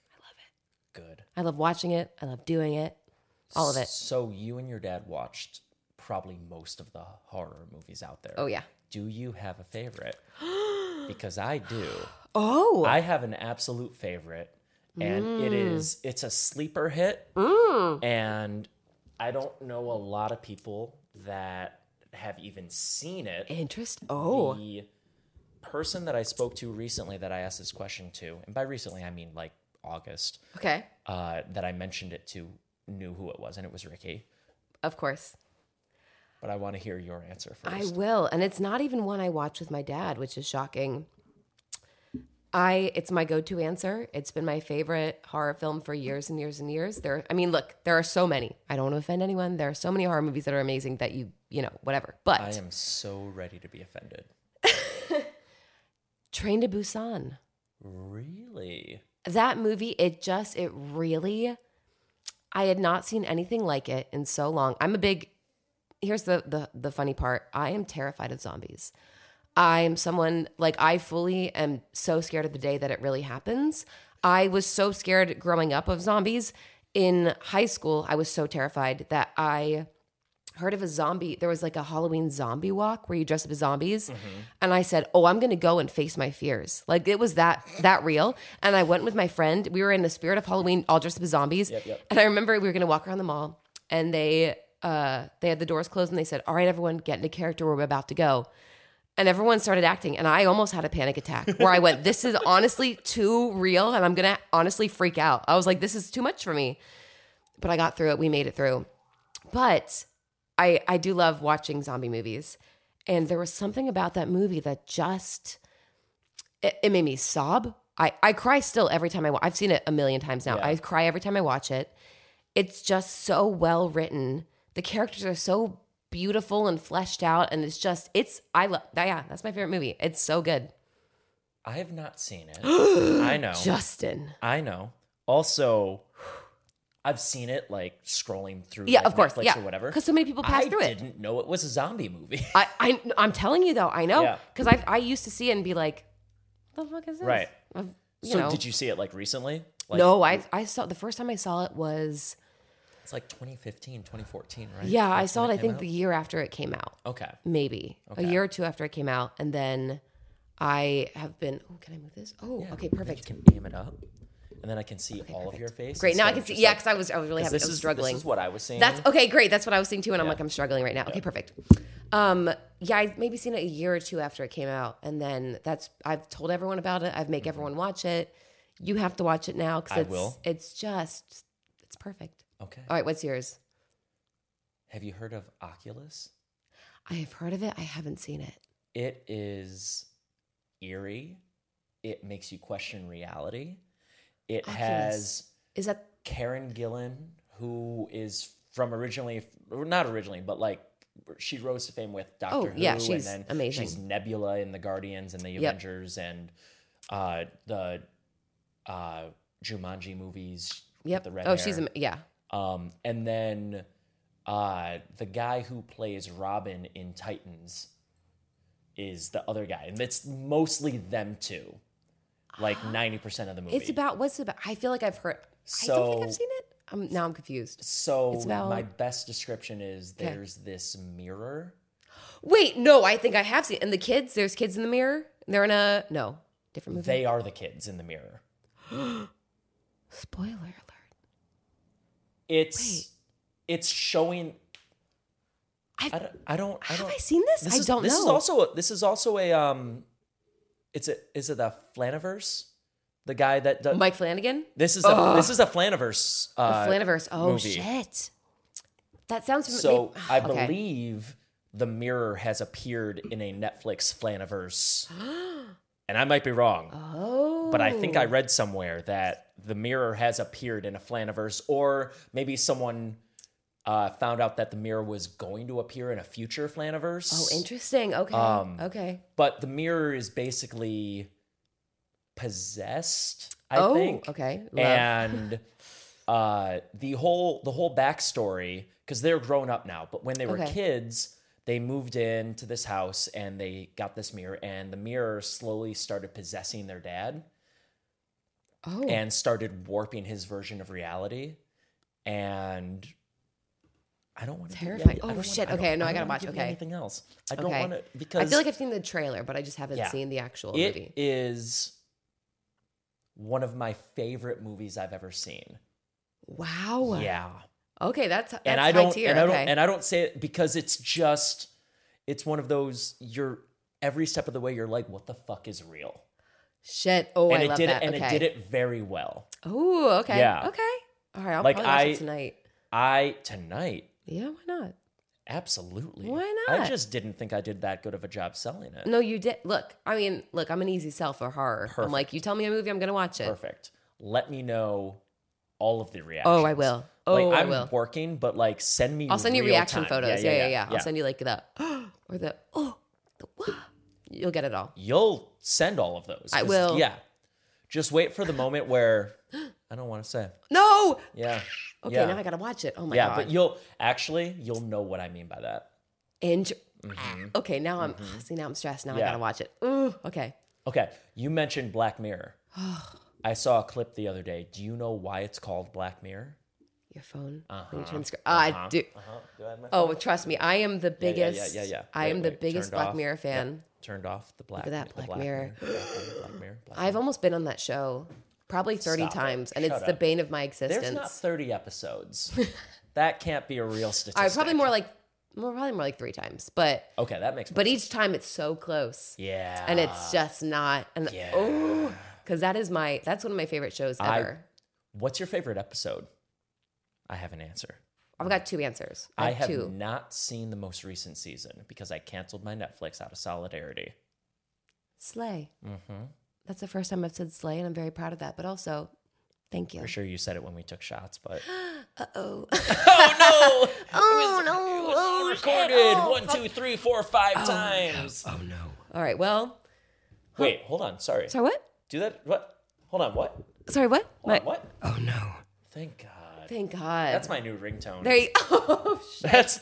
A: good
B: I love watching it. I love doing it. All of it.
A: so you and your dad watched probably most of the horror movies out there
B: Oh yeah.
A: do you have a favorite because i do
B: Oh.
A: i have an absolute favorite and it is it's a sleeper hit and I don't know a lot of people that have even seen it.
B: Interest. Oh.
A: The person that I spoke to recently that I asked this question to, and by recently I mean like August,
B: Okay.
A: uh, that I mentioned it to knew who it was, and it was Ricky.
B: Of course.
A: But I want to hear your answer
B: I
A: first.
B: will. And it's not even one I watch with my dad, which is shocking. I it's my go-to answer. It's been my favorite horror film for years and years and years. There I mean, look, there are so many. I don't want to offend anyone. There are so many horror movies that are amazing that you, you know, whatever. But
A: I, am so ready to be offended.
B: Train to Busan.
A: Really?
B: that movie it just it really i had not seen anything like it in so long i'm a big here's the the, the funny part i am terrified of zombies i'm someone like i fully am so scared of the day that it really happens i was so scared growing up of zombies in high school i was so terrified that i heard of a zombie there was like a halloween zombie walk where you dress up as zombies
A: Mm-hmm.
B: and i said oh i'm gonna go and face my fears like it was that that real and i went with my friend we were in the spirit of halloween all dressed up as zombies
A: yep.
B: and i remember we were gonna walk around the mall and they uh they had the doors closed and they said all right everyone get into character we're about to go and everyone started acting and i almost had a panic attack where i went this is honestly too real and i'm gonna honestly freak out i was like this is too much for me but i got through it we made it through but I I do love watching zombie movies, and there was something about that movie that just it, it made me sob. I I cry still every time I wa- I've seen it a million times now. I cry every time I watch it. It's just so well written. The characters are so beautiful and fleshed out and it's just it's I love yeah, that's my favorite movie. It's so good.
A: I have not seen it. I know.
B: Justin.
A: I know. Also, I've seen it like scrolling through
B: Yeah,
A: like,
B: of course.
A: Netflix
B: yeah.
A: or whatever.
B: Cuz so many people pass
A: I
B: through it.
A: didn't know it was a zombie movie.
B: I, I I'm telling you though, I know
A: Yeah.
B: cuz I I used to see it and be like what the fuck is this?
A: Right.
B: I've- you
A: so
B: know.
A: did you see it like recently? Like,
B: no, I I saw the first time I saw it was
A: It's like 2015, 2014, right?
B: yeah, I
A: That's
B: saw
A: when
B: it I
A: came
B: think the year after it came out.
A: out? Okay.
B: maybe a year or two after it came out and then i have been oh can i move this oh okay perfect
A: You can aim it up, and then I can see all of your face.
B: great now i
A: instead
B: can
A: of
B: see
A: just,
B: yeah
A: like-
B: because i was i was really
A: 'cause
B: having
A: this
B: i was
A: is
B: struggling
A: This is what I was seeing.
B: that's okay great that's what i was seeing too and i'm like i'm struggling right now okay perfect um yeah i've maybe seen it a year or two after it came out and then that's i've told everyone about it i've make everyone watch it you have to watch it now because
A: Mm-hmm. I
B: it's
A: will.
B: it's just it's perfect
A: okay.
B: all right what's yours
A: Have you heard of Oculus?
B: i have heard of it i haven't seen it
A: It is eerie. It makes you question reality. It
B: Oculus.
A: has
B: is that
A: Karen Gillan, who is from originally, or not originally, but like she rose to fame with Doctor
B: Oh,
A: Who,
B: yeah, she's
A: and then
B: amazing.
A: she's Nebula in the Guardians and the
B: Yep.
A: Avengers and uh, the uh, Jumanji movies. with
B: yep
A: The red
B: oh she's
A: hair.
B: am- yeah
A: Um, and then uh, the guy who plays Robin in Titans is the other guy, and it's mostly them two, like ninety percent of the movie.
B: Ah, It's about what's it about? I feel like I've heard. I don't think I've
A: So-
B: seen it. I'm, now I'm confused.
A: so
B: it's about-
A: my best description is there's this mirror.
B: Wait, no, I think I have seen. it. And the kids, there's kids in the mirror. They're in a no different movie.
A: They are the kids in the mirror.
B: Spoiler alert!
A: It's it's showing.
B: I've,
A: I don't. I don't. I
B: have
A: don't
B: I seen this?
A: this
B: I
A: is,
B: don't
A: this
B: know.
A: is also a, this is also a um. It's a is it a Flaniverse? The guy that does,
B: Mike Flanagan,
A: This is a this is a Flaniverse.
B: the
A: Uh,
B: Flaniverse. Oh
A: movie.
B: shit, that sounds fami-
A: So
B: maybe-
A: I
B: okay.
A: believe the mirror has appeared in a Netflix Flaniverse, and I might be wrong,
B: Oh,
A: but I think I read somewhere that the mirror has appeared in a Flaniverse, or maybe someone uh, found out that the mirror was going to appear in a future Flaniverse.
B: Oh, interesting. Okay,
A: Um,
B: okay.
A: But the mirror is basically possessed. I
B: oh,
A: think.
B: okay. Love.
A: and uh, the whole the whole backstory because they're grown up now. But when they were
B: Okay.
A: kids, they moved into this house and they got this mirror, and the mirror slowly started possessing their dad
B: oh,
A: and started warping his version of reality. And I don't want to
B: Terrifying. Oh, shit. Okay, no, I gotta watch. Okay.
A: anything else? I don't
B: Okay.
A: want to because
B: I feel like I've seen the trailer, but I just haven't
A: Yeah.
B: seen the actual
A: it
B: movie.
A: is one of my favorite movies I've ever seen.
B: Wow.
A: Yeah.
B: Okay, that's that's
A: and
B: high
A: I don't
B: tier.
A: and I don't
B: okay.
A: and I don't say it because it's just it's one of those you're every step of the way you're like what the fuck is real
B: Shit. Oh,
A: and
B: I
A: it
B: love
A: did
B: that.
A: it and
B: okay.
A: it did it very well
B: Oh, okay.
A: Yeah.
B: Okay. All right. I'll
A: Like,
B: probably watch
A: I-
B: it tonight.
A: I tonight
B: Yeah. Why not?
A: absolutely
B: Why
A: I
B: not?
A: just didn't think I did that good of a job selling it
B: No, you did. Look, I mean, look, I'm an easy sell for horror. I'm like, you tell me a movie, I'm gonna watch it.
A: perfect let me know all of the reactions
B: Oh, I will. Oh,
A: like,
B: I
A: I'm
B: will.
A: working but like send me
B: I'll send you
A: real
B: reaction
A: time.
B: photos. Yeah yeah yeah, I'll send you like the or the oh, the wah. You'll get it all.
A: you'll send all of those
B: I
A: 'cause,
B: will.
A: yeah just wait for the moment where I don't want to say
B: No.
A: yeah
B: Okay,
A: Yeah.
B: now I gotta watch it. Oh my
A: yeah,
B: god.
A: but you'll actually you'll know what I mean by that.
B: Inj- ah, Okay, now I'm see now I'm stressed. Now I
A: Mm-hmm. Yeah.
B: gotta watch it. Ooh, okay.
A: Okay, you mentioned Black Mirror. I saw a clip the other day. Do you know why it's called Black Mirror?
B: Your phone. When you turn the screen. ah, I do.
A: Uh-huh. Do I have my
B: Oh, well, trust me, I am the
A: yeah, yeah,
B: biggest.
A: yeah, yeah.
B: I am
A: Wait,
B: the
A: wait,
B: biggest
A: turned
B: Black
A: off.
B: Mirror fan.
A: turned off the black
B: at that
A: the
B: Black Mirror.
A: Black Mirror. Black Mirror. Black Mirror.
B: I've almost been on that show probably 30
A: Uh-huh. Stop it.
B: times, and it's
A: Shut
B: the
A: up.
B: bane of my
A: There's not
B: existence.
A: 30 episodes. that can't be a real statistic.
B: I probably more like, well, probably more like three times, but
A: Okay, that makes
B: but each time it's so close,
A: Yeah.
B: and it's just not. And
A: yeah.
B: oh, because that is my that's one of my favorite shows
A: I-
B: ever.
A: What's your favorite episode? I have an answer.
B: I, have got two answers. I,
A: I
B: have
A: have
B: two.
A: not seen the most recent season because I canceled my Netflix out of solidarity.
B: Slay.
A: Mm-hmm.
B: That's the first time I've said Slay, and I'm very proud of that. But also, thank you.
A: For sure, you said it when we took shots, but Oh
B: oh.
A: no!
B: Oh, no. Oh, shit.
A: Recorded
B: Oh,
A: one,
B: fuck.
A: two, three, four, five times.
B: Oh, no. All right. Well,
A: Wait, hold on. Sorry.
B: sorry, what?
A: Do that. What? Hold on. What?
B: Sorry, what?
A: Hold on,
B: My-
A: what?
C: Oh no.
A: Thank God.
B: Thank God.
A: That's my new ringtone.
B: there you oh, shit.
A: That's.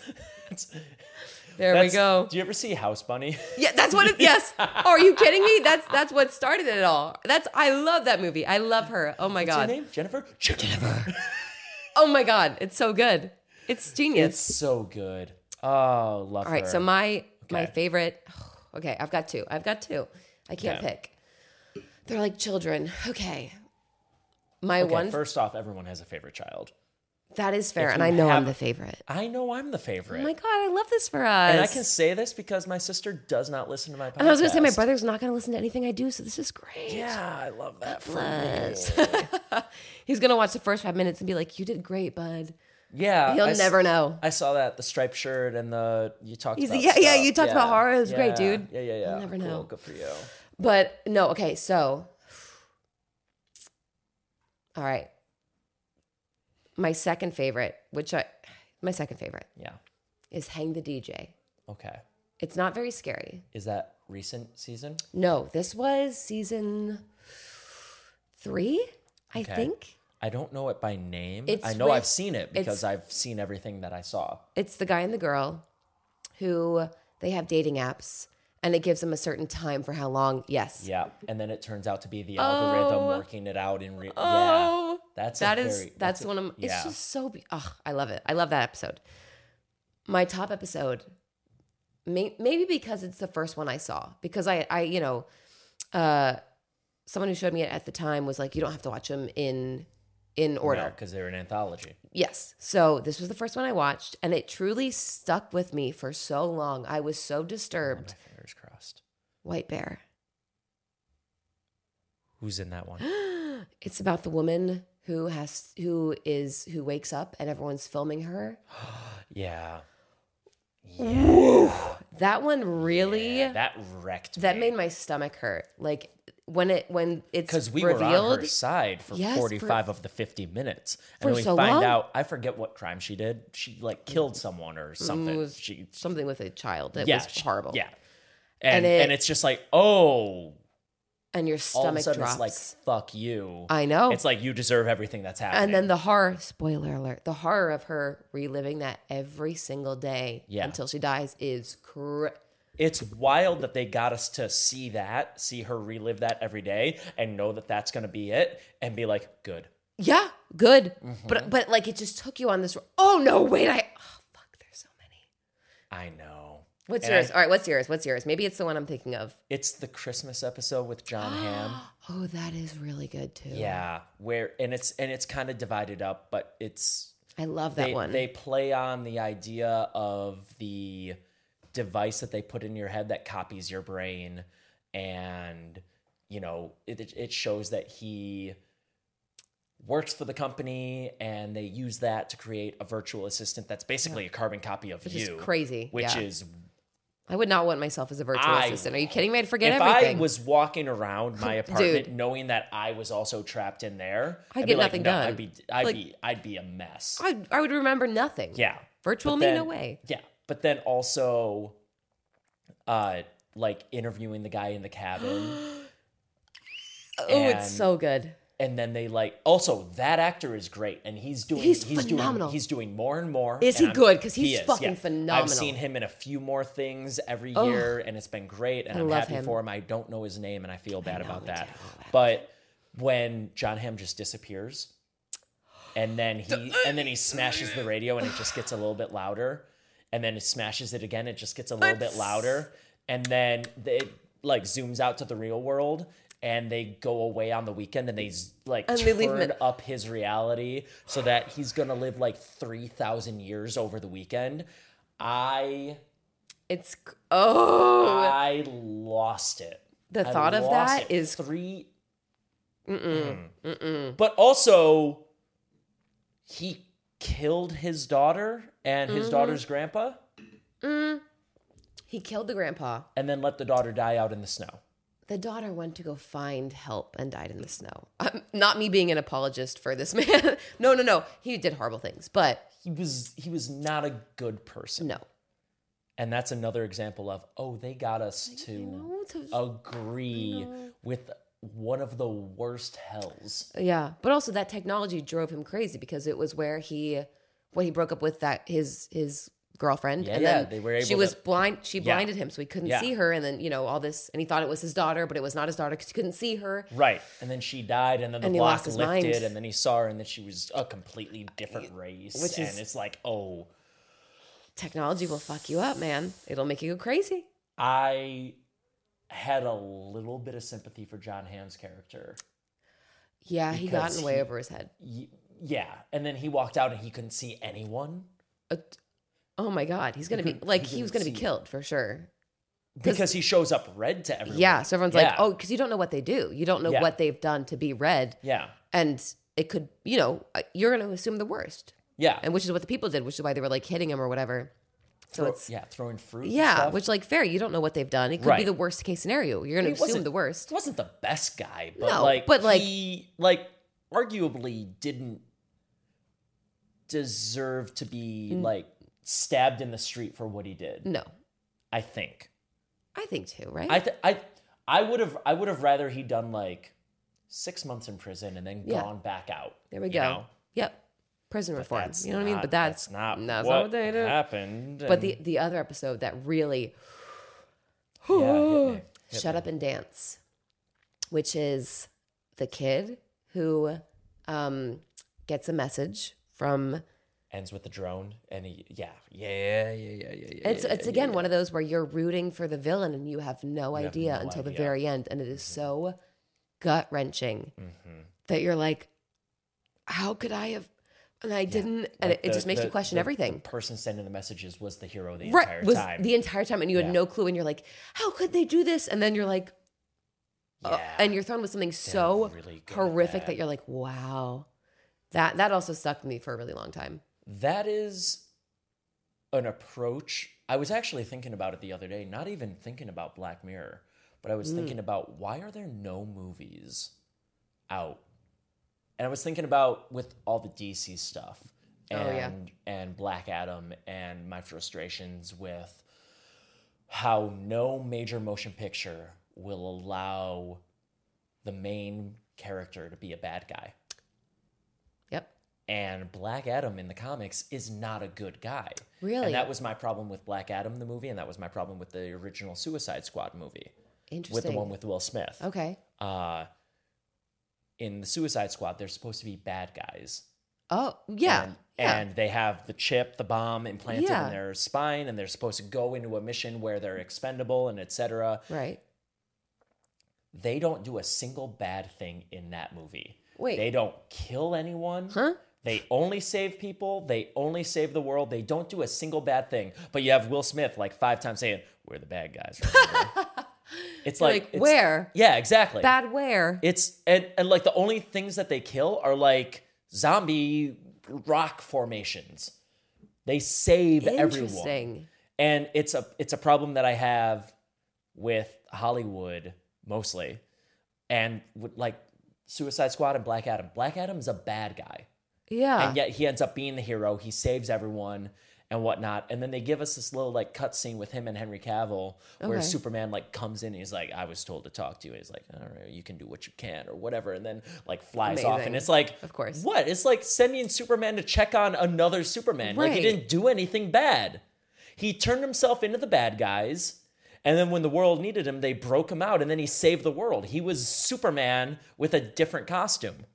A: that's
B: There
A: that's-
B: we go.
A: Do you ever see House Bunny?
B: Yeah, that's what. It, yes. Are you kidding me? That's that's what started it all. That's I love that movie. I love her. Oh my
A: What's her
B: god.
A: name? Jennifer? Jennifer.
B: Oh my god. It's so good. It's genius.
A: It's so good. Oh, love
B: all right.
A: her.
B: So my my
A: Okay.
B: favorite. Okay, I've got two. I've got two. I can't
A: Okay.
B: pick. They're like children. Okay. My
A: okay,
B: one.
A: First off, everyone has a favorite child.
B: that is fair,
A: if
B: and
A: you
B: I know I'm
A: have-
B: the favorite.
A: I know I'm the
B: Oh
A: favorite.
B: my god, I love this for us.
A: and I can say this because my sister does not listen to my podcast.
B: And I was gonna say my brother's not gonna listen to anything I do, so this is great.
A: Yeah, I love that for
B: Bless.
A: me.
B: He's gonna watch the first five minutes and be like, "You did great, bud."
A: Yeah.
B: He'll
A: I s-
B: never know.
A: I saw that the striped shirt and the you talked
B: He's-
A: about
B: yeah, yeah,
A: stuff.
B: you talked about horror. It was great,
A: yeah,
B: dude.
A: Yeah, yeah, yeah.
B: You'll never
A: Cool,
B: know.
A: Good for you.
B: But no, okay, so all right. My second favorite, which I my second favorite
A: Yeah.
B: is Hang the DJ.
A: Okay.
B: It's not very scary.
A: Is that recent season?
B: No, this was season 3, I
A: Okay.
B: think.
A: I don't know it by name.
B: It's
A: I know
B: with-
A: I've seen it because
B: it's-
A: I've seen everything that I saw.
B: It's the guy and the girl who they have dating apps and it gives them a certain time for how long. Yes.
A: Yeah, and then it turns out to be the algorithm
B: Oh.
A: working it out in real. yeah,
B: Oh.
A: that's
B: That
A: a
B: is
A: very,
B: that's
A: a-
B: one of my,
A: yeah.
B: it's just so be- oh, I love it. I love that episode. My top episode, may, maybe because it's the first one I saw because I I you know, uh, someone who showed me it at the time was like you don't have to watch them in in order.
A: because they're an anthology.
B: Yes. So this was the first one I watched, and it truly stuck with me for so long. I was so
A: Oh, my
B: disturbed.
A: fingers crossed.
B: White Bear.
A: Who's in that one?
B: It's about the woman who has who is who wakes up and everyone's filming her.
A: Yeah,
B: That one really
A: yeah, that wrecked.
B: that
A: me.
B: made my stomach hurt. Like when it when it's
A: because we
B: revealed.
A: were on her side for
B: Yes, for-
A: 45 of the 50 minutes and
B: for
A: then we
B: so
A: find
B: long.
A: out i forget what crime she did she like killed someone or something
B: It was
A: she
B: something with a child. It
A: yeah
B: was
A: she-
B: horrible.
A: yeah and and,
B: And it-
A: it's just like oh
B: And your
A: all
B: stomach
A: of a sudden
B: drops.
A: it's like fuck you
B: I know.
A: it's like you deserve everything that's happening
B: and then the horror spoiler alert the horror of her reliving that every single day
A: Yeah.
B: until she dies is cr-
A: it's wild that they got us to see that see her relive that every day and know that that's gonna be it and be like good
B: yeah good
A: Mm-hmm.
B: but but like it just took you on this oh no wait i oh fuck there's so many
A: i know
B: what's
A: And I-
B: yours all right what's yours what's yours maybe it's the one i'm thinking of
A: it's the christmas episode with john hamm
B: oh that is really good too
A: Yeah, where and it's and it's kind of divided up, but it's
B: i love that
A: they
B: one
A: they play on the idea of the device that they put in your head that copies your brain, and you know it it- it shows that he works for the company and they use that to create a virtual assistant that's basically a carbon copy of
B: which
A: you,
B: is crazy
A: which
B: yeah.
A: is
B: i would not want myself as a virtual
A: I-
B: assistant are you kidding me i'd forget
A: if
B: everything
A: I was walking around my apartment
B: Dude.
A: knowing that I was also trapped in there,
B: I'd
A: be
B: get
A: like,
B: nothing
A: no,
B: done.
A: I'd be, I'd
B: Like-
A: be, I'd be a mess.
B: I, I would remember nothing
A: yeah,
B: virtual
A: But
B: me no
A: then-
B: way
A: yeah. But then also, uh, like interviewing the guy in the cabin,
B: oh it's
A: and-
B: so good
A: and then they like also that actor is great, and he's doing,
B: He's
A: doing,
B: phenomenal.
A: he's doing more and more.
B: Is
A: and
B: he good? 'Cause
A: he
B: he's
A: is,
B: fucking
A: I've
B: phenomenal.
A: seen him in a few more things every
B: Oh.
A: year, and it's been great, and
B: I
A: I am
B: love
A: happy
B: him.
A: for him. I don't know his name, and I feel bad about
B: me
A: that.
B: too. I don't
A: But when John Hamm just disappears, and then he and then he smashes the radio, and it just gets a little bit louder, and then he smashes it again, it just gets a little bit louder, and then it like zooms out to the real world. And they go away on the weekend, and they z- like
B: And they
A: turn
B: leave him in-
A: up his reality so that he's gonna live like three thousand years over the weekend. I
B: It's c- oh
A: I lost it.
B: The
A: I
B: thought of
A: lost Mm-hmm.
B: that is-
A: three. Mm-mm. But also, he killed his daughter and
B: Mm-hmm.
A: his daughter's grandpa,
B: he killed the grandpa.
A: and then let the daughter die out in the snow.
B: the daughter went to go find help and died in the snow. Um, not me being an apologist for this man. no, no, no. He did horrible things, but
A: He was he was not a good person.
B: no.
A: And that's another example of, oh, they got us to
B: know, to-
A: Oh. agree with one of the worst hells.
B: Yeah, but also that technology drove him crazy because it was where he, when he broke up with that his his girlfriend,
A: Yeah,
B: and
A: yeah,
B: then
A: they were able
B: she was
A: to-
B: blind. She
A: Yeah.
B: blinded him, so he couldn't
A: Yeah.
B: see her, and then you know all this, and he thought it was his daughter, but it was not his daughter because he couldn't see her.
A: Right. And then she died, and then the
B: And he
A: block
B: lost
A: lifted,
B: his mind.
A: and then he saw her, and then she was a completely different race.
B: Which is-
A: and it's like, oh,
B: Technology will fuck you up, man. It'll make you go crazy.
A: I had a little bit of sympathy for John Hamm's character.
B: Yeah, he got
A: Because
B: in way
A: he-
B: over his head.
A: Y- yeah. And then he walked out and he couldn't see anyone
B: Uh, oh my god, he's gonna be
A: couldn't-
B: like
A: he
B: he was gonna
A: couldn't
B: be
A: see.
B: killed for sure.
A: because he shows up red to everyone.
B: Yeah, so everyone's like,
A: Yeah.
B: oh, because you don't know what they do. You don't know
A: Yeah.
B: what they've done to be red,
A: Yeah.
B: and it could, you know, uh, you're gonna assume the worst.
A: Yeah.
B: and which is what the people did, which is why they were like hitting him or whatever. So
A: Thro-
B: it's
A: yeah, throwing fruit. and
B: yeah,
A: stuff.
B: which like fair, you don't know what they've done. It could be
A: Right.
B: the worst case scenario. You're gonna
A: He
B: assume
A: wasn't-
B: the worst.
A: He wasn't the best guy, but
B: No,
A: like,
B: but, like-
A: he like arguably didn't deserve to be
B: Mm.
A: like stabbed in the street for what he did.
B: No,
A: I think.
B: I think too, right?
A: I th- I I would have I would have rather he done like six months in prison and then
B: Yeah.
A: gone back out.
B: there we
A: you
B: go.
A: know?
B: Yep, prison reform.
A: That's
B: you know what I mean?
A: not-
B: But that's,
A: not
B: that's not
A: what
B: what they do.
A: happened.
B: but
A: and-
B: the the other episode that really
A: Yeah, hit me. Hit
B: shut
A: me.
B: up and dance, which is the kid who um, gets a message from
A: ends with the drone and he yeah yeah yeah yeah yeah yeah.
B: It's it's again one of those where you're rooting for the villain and you have no
A: have
B: idea
A: no
B: until the
A: idea.
B: very end, and it is so gut wrenching
A: Mm-hmm.
B: that you're like, how could I have? And I didn't,
A: Like
B: and it, it
A: the-
B: just makes
A: the-
B: you question
A: the-
B: everything.
A: The person sending the messages was the hero the entire
B: right? Was
A: time.
B: the entire time, and you had
A: Yeah.
B: no clue, and you're like, how could they do this? And then you're like,
A: yeah.
B: uh, and you're thrown with something so
A: really good at
B: horrific that.
A: that.
B: you're like, wow, that that also stuck with me for a really long time.
A: that is an approach. I was actually thinking about it the other day, not even thinking about Black Mirror, but I
B: Mm.
A: was thinking about why are there no movies out? And I was thinking about with all the DC stuff
B: Oh,
A: and
B: yeah.
A: and Black Adam and my frustrations with how no major motion picture will allow the main character to be a bad guy
B: Yep,
A: and Black Adam in the comics is not a good guy.
B: Really?
A: And that was my problem with Black Adam the movie, and that was my problem with the original Suicide Squad movie
B: interesting.
A: with the one with Will Smith.
B: okay.
A: Uh, in the Suicide Squad, they're supposed to be bad guys.
B: Oh yeah,
A: And,
B: yeah.
A: and they have the chip, the bomb implanted
B: Yeah.
A: in their spine, and they're supposed to go into a mission where they're expendable and etc.
B: right.
A: They don't do a single bad thing in that movie.
B: Wait.
A: They don't kill anyone.
B: Huh?
A: They only save people. They only save the world. They don't do a single bad thing. But you have Will Smith like five times saying, "We're the bad guys." remember?" it's
B: You're
A: like,
B: like,
A: it's-
B: where?
A: Yeah, exactly.
B: Bad where?
A: It's and and like the only things that they kill are like zombie rock formations. They save everyone
B: Interesting.
A: and it's a it's a problem that I have with Hollywood mostly, and with like Suicide Squad and Black Adam. Black Adam's a bad guy,
B: Yeah.
A: and yet he ends up being the hero. He saves everyone and whatnot. And then they give us this little like cutscene with him and Henry Cavill, where
B: Okay.
A: Superman like comes in and he's like, "I was told to talk to you." And he's like, "All right, you can do what you can," or whatever, and then like flies off.
B: Amazing.
A: And it's like,
B: Of course.
A: what? It's like sending Superman to check on another Superman. Like he
B: Right.
A: didn't do anything bad. He turned himself into the bad guys. And then when the world needed him, they broke him out and then he saved the world. He was Superman with a different costume.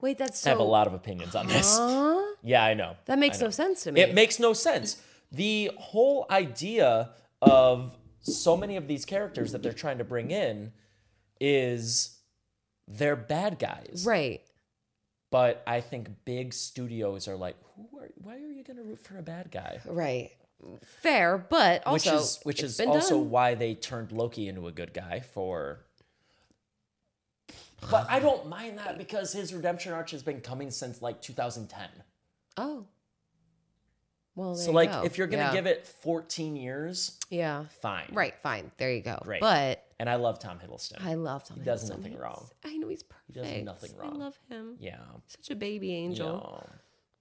B: Wait, that's so.
A: I have a lot of opinions on this.
B: Huh?
A: Yeah, I know.
B: That makes
A: I know.
B: no sense to me.
A: It makes no sense. The whole idea of so many of these characters that they're trying to bring in is they're bad guys.
B: right.
A: But I think big studios are like, who are why are you gonna root for a bad guy?
B: Right. Fair, but also
A: which is which
B: it's
A: is
B: been
A: also
B: done.
A: why they turned Loki into a good guy for but I don't mind that because his redemption arc has been coming since like 2010.
B: Oh. Well, there
A: So
B: you
A: like
B: go.
A: if you're gonna
B: Yeah.
A: give it 14 years,
B: yeah,
A: fine.
B: right, fine, there you go.
A: Great.
B: But
A: And I love Tom Hiddleston.
B: I love Tom.
A: He does
B: Hiddleston.
A: nothing
B: He's-
A: wrong.
B: I know he's perfect.
A: does nothing wrong.
B: I love him.
A: yeah.
B: Such a baby angel.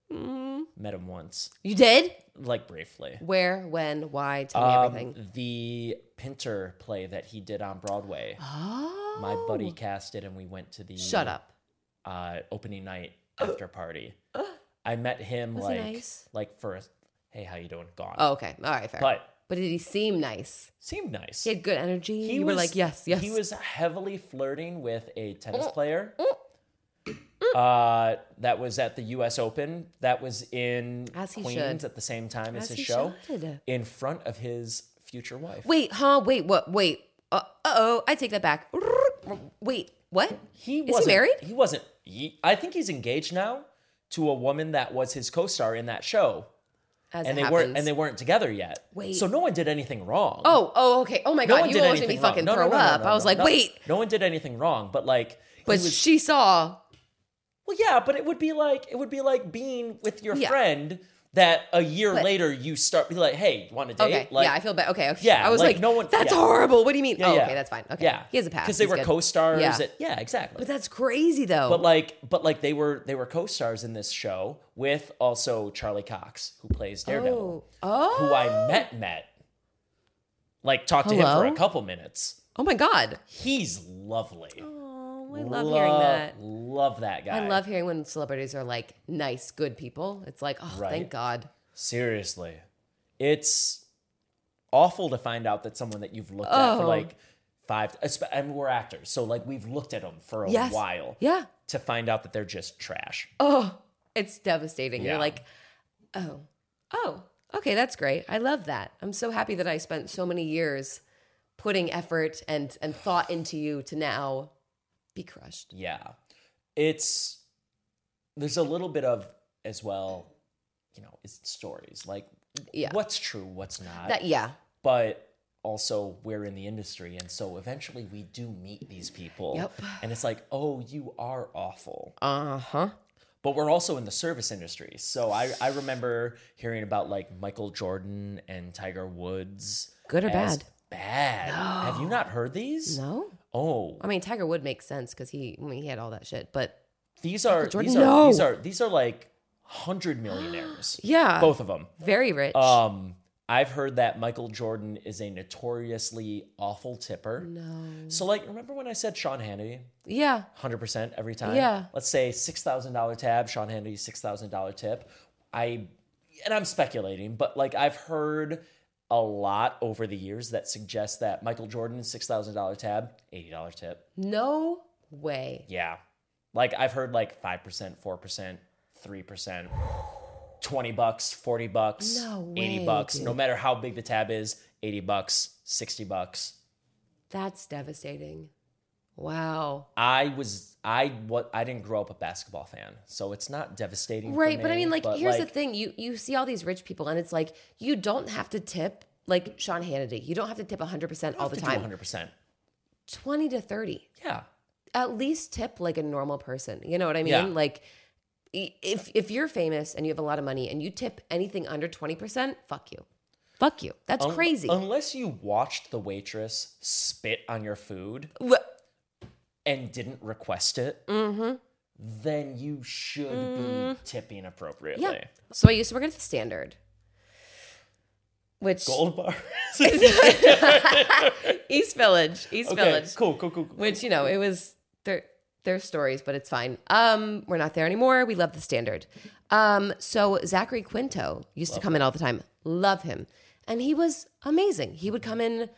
A: No.
B: Mhm.
A: Met him once,
B: You did?
A: like briefly.
B: Where? When? Why? Tell me everything.
A: Um, the Pinter play that he did on Broadway.
B: Oh,
A: My buddy cast it, and we went to the
B: Shut up.
A: uh, opening night after party. I met him
B: Was he
A: like
B: nice?
A: like for a, hey, how you doing? Gone,
B: Oh, okay. All right, fair. But,
A: but
B: did he seem nice?
A: seemed nice.
B: He had good energy. you were like, yes, yes. Mm,
A: He was heavily flirting with a tennis player. Uh, that was at the U.S. Open. That was in
B: As he
A: Queens
B: should.
A: at the same time as,
B: As
A: his
B: he
A: show,
B: should.
A: in front of his future wife.
B: Wait, huh? Wait, what? Wait. Uh oh, I take that back. Wait, what?
A: He
B: he
A: wasn't,
B: married?
A: He wasn't. He, I think he's engaged now to a woman that was his co-star in that show,
B: As
A: and
B: it
A: they
B: happens.
A: weren't and they weren't together yet.
B: Wait.
A: So no one did anything wrong.
B: oh, oh, okay. Oh my
A: no
B: god,
A: one
B: you
A: did
B: almost made
A: anything
B: me
A: wrong.
B: fucking
A: No, no,
B: throw
A: no, no,
B: up.
A: no,
B: I was
A: no,
B: like,
A: no.
B: wait.
A: no one did anything wrong. But like, he
B: But
A: was-
B: she saw.
A: Well, yeah, but it would be like it would be like being with your
B: Yeah.
A: friend that a year
B: But-
A: later you start be like, hey, you want to date?
B: Okay.
A: Like,
B: yeah, I feel bad. Okay. okay.
A: Yeah,
B: I was
A: like,
B: like,
A: no one-
B: That's
A: yeah.
B: horrible. What do you mean?
A: yeah,
B: oh,
A: yeah.
B: okay. That's fine. Okay.
A: Yeah,
B: He has a pass.
A: because they
B: He's
A: were
B: good.
A: co-stars.
B: Yeah.
A: At, yeah, exactly.
B: But that's crazy though.
A: But like, but like they were they were co-stars in this show with also Charlie Cox, who plays
B: oh,
A: Daredevil,
B: oh,
A: who I met met. Like talked to him for
B: Hello?
A: a couple minutes.
B: oh my god.
A: He's lovely.
B: Oh, I love hearing that.
A: Love that guy.
B: I love hearing when celebrities are like nice, good people. It's like, oh,
A: Right.
B: thank God.
A: Seriously. It's awful to find out that someone that you've looked at for
B: Oh.
A: like five esp- I mean, we're actors, so like we've looked at them for a
B: Yes.
A: while
B: Yeah.
A: to find out that they're just trash.
B: Oh, it's devastating.
A: Yeah.
B: You're like, oh, oh, okay, that's great. I love that. I'm so happy that I spent so many years putting effort and and thought into you to now be crushed.
A: Yeah. It's there's a little bit of as well, you know, it's stories. Like
B: Yeah.
A: what's true, what's not.
B: That yeah.
A: but also we're in the industry and so eventually we do meet these people.
B: Yep.
A: And it's like, "Oh, you are awful."
B: Uh huh.
A: but we're also in the service industry. So I, I remember hearing about like Michael Jordan and Tiger Woods.
B: Good or
A: as
B: bad?
A: Bad. Have you not heard these?
B: No.
A: Oh,
B: I mean, Tiger Wood makes sense because he I mean, he had all that shit. But
A: these are
B: Jordan?
A: these are
B: No.
A: these are these are like hundred millionaires.
B: yeah, Uh,
A: both of them.
B: very rich.
A: Um, I've heard that Michael Jordan is a notoriously awful tipper.
B: no.
A: So like, remember when I said Sean Hannity?
B: Yeah.
A: hundred percent every time.
B: Yeah.
A: Let's say six thousand dollar tab, Sean Hannity six thousand dollar tip. I and I'm speculating, but like I've heard a lot over the years that suggests that Michael Jordan six thousand dollar tab, eighty dollar tip.
B: No way.
A: Yeah. Like I've heard like five percent, four percent, three percent. 20 bucks, 40 bucks,
B: No
A: 80
B: way,
A: bucks,
B: dude.
A: no matter how big the tab is, 80 bucks, 60 bucks,
B: That's devastating. Wow.
A: I was I what I didn't grow up a basketball fan, so it's not devastating. for
B: Right, but I
A: me,
B: mean, like,
A: but,
B: here's
A: like,
B: the thing: you you see all these rich people, and it's like you don't have to tip like Sean Hannity. You don't have to tip 100 percent all the time.
A: Hundred percent.
B: 20 to 30,
A: Yeah,
B: at least tip like a normal person. You know what I mean?
A: Yeah.
B: Like, i- if if you're famous and you have a lot of money and you tip anything under 20 percent, fuck you, fuck you. That's
A: Un-
B: crazy.
A: Unless you watched the waitress spit on your food and didn't request it,
B: mm-hmm. Mm.
A: then you should be tipping appropriately.
B: Yeah. So I used to work at the Standard, which
A: Gold bar.
B: East Village, East
A: okay.
B: Village.
A: Cool. Cool. Cool. cool.
B: which you know it was their their stories but it's fine um we're not there anymore we love the standard um so zachary quinto used to come in all the time love him and he was amazing he would come in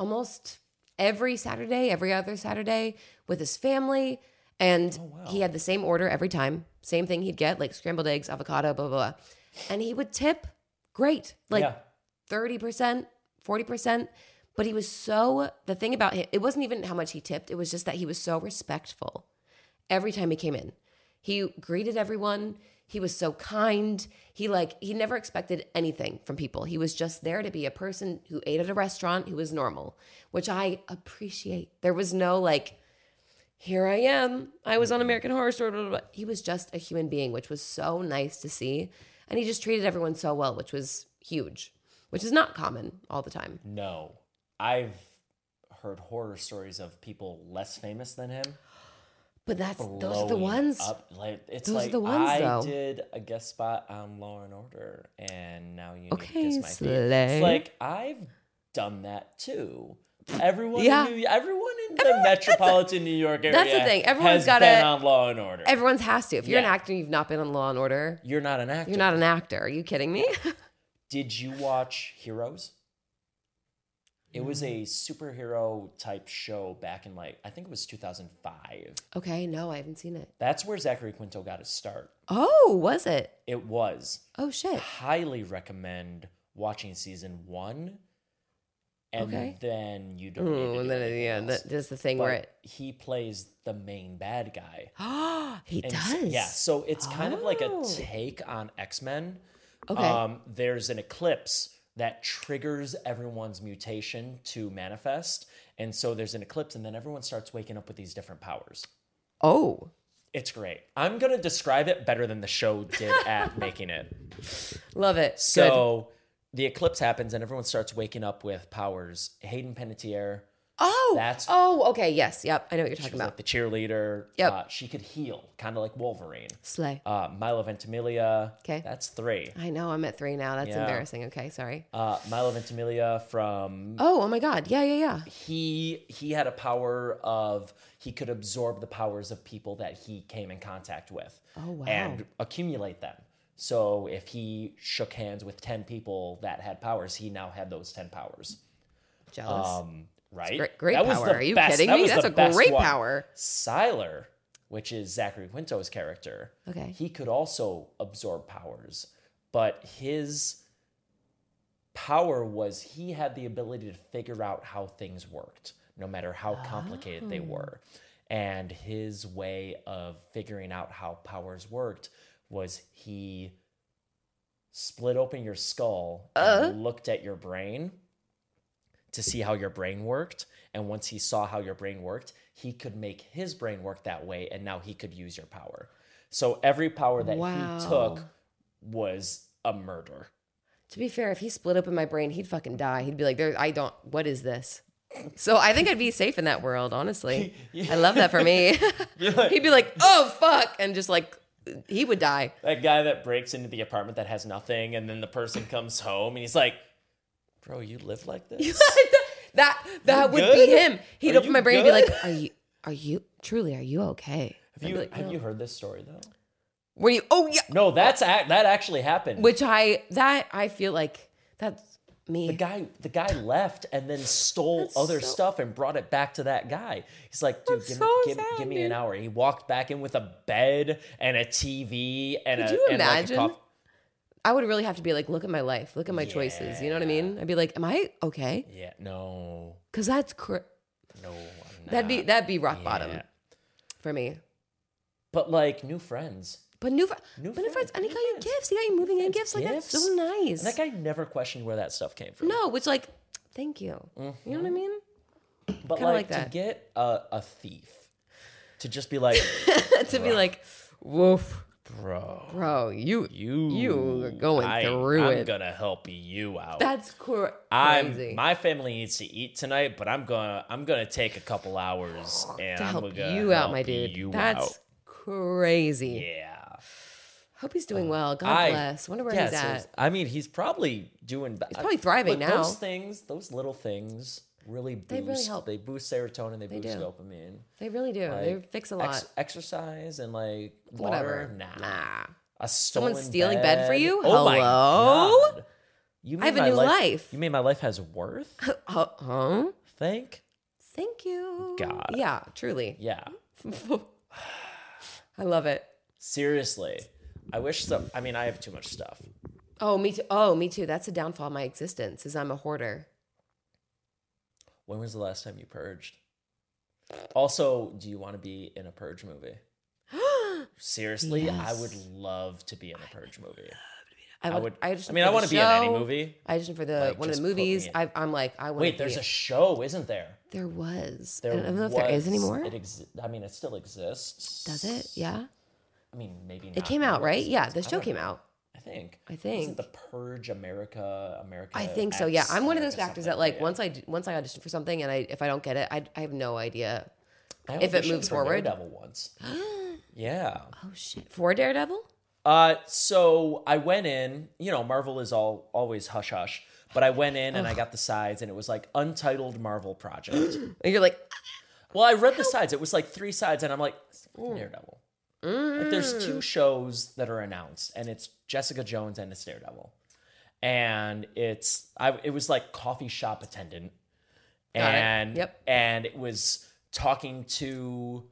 B: almost every saturday every other saturday with his family and he had the same order every time same thing he'd get like scrambled eggs avocado blah blah blah and he would tip great like
A: yeah.
B: 30%, 40%. But he was so, the thing about him, it wasn't even how much he tipped, it was just that he was so respectful every time he came in. He greeted everyone. He was so kind. He like he never expected anything from people. He was just there to be a person who ate at a restaurant who was normal, which I appreciate. There was no like here I Mm-hmm. am. I was on American Horror Story. Blah, blah, blah. He was just a human being, which was so nice to see. and he just treated everyone so well, which was huge, which is not common all the time.
A: No, I've heard horror stories of people less famous than him.
B: But that's those are the ones.
A: Up. Like, it's
B: Those are
A: like
B: the ones,
A: I
B: though.
A: did a guest spot on Law and Order, and now you
B: Okay,
A: need to kiss my feet.
B: slay.
A: It's like I've done that too. Everyone,
B: Yeah.
A: in New, everyone in the
B: Everyone- that's a-
A: metropolitan New York area.
B: that's the thing. Everyone's
A: has
B: gotta-
A: been on Law and Order.
B: Everyone's has to. If you're an
A: Yeah.
B: actor, you've not been on Law and Order.
A: You're not an actor.
B: You're not an actor. Are you kidding me?
A: Did you watch Heroes? It was
B: Mm.
A: a superhero type show back in like I think it was 2005.
B: okay, no, I haven't seen it.
A: That's where Zachary Quinto got his start.
B: Oh, was it?
A: It was.
B: Oh shit.
A: highly recommend watching season one, and
B: Okay.
A: then you don't. need
B: Ooh,
A: to
B: and
A: do
B: then at the
A: anything
B: end,
A: else.
B: that- there's the thing
A: But
B: where it.
A: he plays the main bad guy.
B: Oh, he
A: And
B: does.
A: so- yeah, so it's kind of like a
B: Oh.
A: take on X Men.
B: Okay.
A: Um, there's an eclipse that triggers everyone's mutation to manifest, and so there's an eclipse, and then everyone starts waking up with these different powers.
B: oh,
A: It's great. I'm gonna describe it better than the show did at making it.
B: love it. Good.
A: So the eclipse happens and everyone starts waking up with powers. Hayden Panettiere,
B: Oh,
A: that's-
B: Oh, okay. Yes. Yep. I know what you're
A: she
B: talking
A: was
B: about.
A: like the cheerleader.
B: Yep.
A: Uh, she could heal, kind of like Wolverine.
B: Slay.
A: Uh, Milo Ventimiglia.
B: 'Kay.
A: That's three.
B: I know. I'm at three now. That's
A: Yeah.
B: embarrassing. Okay. Sorry.
A: Uh, Milo Ventimiglia from
B: Oh. Oh my God. Yeah. Yeah.
A: Um,
B: Yeah.
A: he he had a power of he could absorb the powers of people that he came in contact with
B: Oh, wow.
A: and accumulate them so if he shook hands with 10 people that had powers he now had those 10 powers
B: Jealous.
A: Um, right?
B: great great
A: That was
B: power.
A: the
B: Are you
A: best-
B: kidding
A: that
B: me?
A: was
B: That's
A: the
B: a
A: best
B: great
A: one.
B: power.
A: Siler, which is Zachary Quinto's character,
B: Okay.
A: he could also absorb powers, but his power was he had the ability to figure out how things worked, no matter how complicated
B: Oh.
A: they were. And his way of figuring out how powers worked was he split open your skull
B: Uh?
A: and looked at your brain to see how your brain worked. And once he saw how your brain worked, he could make his brain work that way. And now he could use your power. So every power that
B: Wow.
A: he took was a murder.
B: To be fair, if he split open my brain, he'd fucking die. He'd be like, "There, I don't. What is this?" So I think I'd be safe in that world. Honestly, I love that for me. he'd be like, "Oh fuck," and just like he would die.
A: That guy that breaks into the apartment that has nothing, and then the person comes home and he's like, Bro, you live like this?
B: that that
A: You
B: would
A: good?
B: be him. He'd
A: Are
B: open
A: you
B: my brain and be
A: good?
B: like, "Are you? Are you truly? Are you okay?"
A: Have you, have you heard this story though?
B: Were you? Oh yeah.
A: No, that's ac- that actually happened.
B: Which I that I feel like that's me.
A: the guy the guy left and then stole
B: That's
A: other
B: so-
A: stuff and brought it back to that guy he's like dude
B: That's
A: give,
B: so
A: me, give,
B: sad,
A: give me an
B: dude.
A: hour he walked back in with a bed and a tv and
B: Could
A: a
B: you
A: and like a
B: imagine?
A: coffee.
B: I would really have to be like, look at my life, look at my choices. You know what I mean? I'd be like, am I okay?
A: yeah no
B: Because that's cr-
A: no I'm
B: that'd be
A: not.
B: that'd be rock bottom
A: Uh, Yeah.
B: for me.
A: but like new friends
B: But new, fr-
A: New
B: but new
A: friends,
B: friends, and he
A: new
B: got you
A: friends.
B: gifts. He got you moving in gifts. Like that's so
A: gifts.
B: nice.
A: and that guy never questioned where that stuff came from
B: no, which like, thank you. You know
A: Mm-hmm.
B: what I mean?
A: but
B: kinda
A: like,
B: like that.
A: to get a, a thief to just be like
B: to be like, woof,
A: bro
B: bro, you
A: you
B: You are going
A: I-
B: through
A: I'm
B: it.
A: gonna help you out
B: That's cr- crazy.
A: I'm my family needs to eat tonight, but I'm gonna I'm gonna take a couple hours and
B: to
A: I'm
B: help
A: gonna
B: you out, my
A: help
B: dude.
A: You
B: That's
A: out.
B: crazy.
A: yeah. Uh,
B: Hope he's doing well. God
A: I-
B: bless. Wonder where
A: yeah,
B: he's
A: so
B: at.
A: it's- I mean, he's probably doing. He's
B: probably thriving now.
A: Those things, those little things, really boost. They
B: really help.
A: They boost serotonin. They, boost
B: do.
A: dopamine.
B: they really do. they
A: Like,
B: fix a lot.
A: ex- exercise and like water.
B: Whatever.
A: Nah.
B: Nah.
A: A stolen
B: stealing bed for you?
A: Oh my
B: Hello?
A: God. You
B: I have
A: mean
B: a
A: my
B: new life.
A: You mean my life has worth?
B: Uh, huh?
A: Think?
B: Thank you.
A: God.
B: Yeah, truly.
A: Yeah.
B: I love it.
A: Seriously. I wish so. I mean, I have too much stuff.
B: Oh, me too. Oh, me too. That's a downfall of my existence is I'm a hoarder.
A: When was the last time you purged? Also, do you want to be in a purge movie? Seriously, I would
B: Yes.
A: love to be in a purge movie.
B: I,
A: I would.
B: I,
A: I,
B: auditioned
A: mean,
B: for
A: I
B: the
A: want to be in any
B: show.
A: movie.
B: I auditioned for the
A: Like,
B: one of
A: just
B: the
A: put me
B: movies.
A: in.
B: I, I'm like, I want.
A: Wait, there's a show, isn't there?
B: There was.
A: There
B: I don't know if there is
A: was-
B: anymore.
A: It exi- I mean, it still exists.
B: Does it? Yeah.
A: I mean, maybe.
B: It came out, right? Yeah, the show
A: don't
B: came
A: know.
B: out.
A: I think.
B: I think.
A: Isn't the Purge America America?
B: I think so. Yeah,
A: X,
B: I'm one of those
A: America
B: actors
A: something?
B: that like
A: Yeah.
B: once I d- once I audition for something and I if I don't get it, I, I have no idea.
A: I
B: if it
A: auditioned
B: moves
A: for
B: forward.
A: Daredevil once. yeah.
B: Oh shit! For Daredevil,
A: Uh, so I went in. You know, Marvel is all always hush hush. But I went in and I got the sides, and it was like untitled Marvel project.
B: and you're like,
A: Well, I read the sides. It was like three sides, and I'm like, it's Daredevil.
B: mm-hmm.
A: Like, there's
B: Mm.
A: two shows that are announced, and it's Jessica Jones and it's Daredevil, and it's I. It was like coffee shop attendant,
B: Got it.
A: and
B: Yep.
A: and it was talking to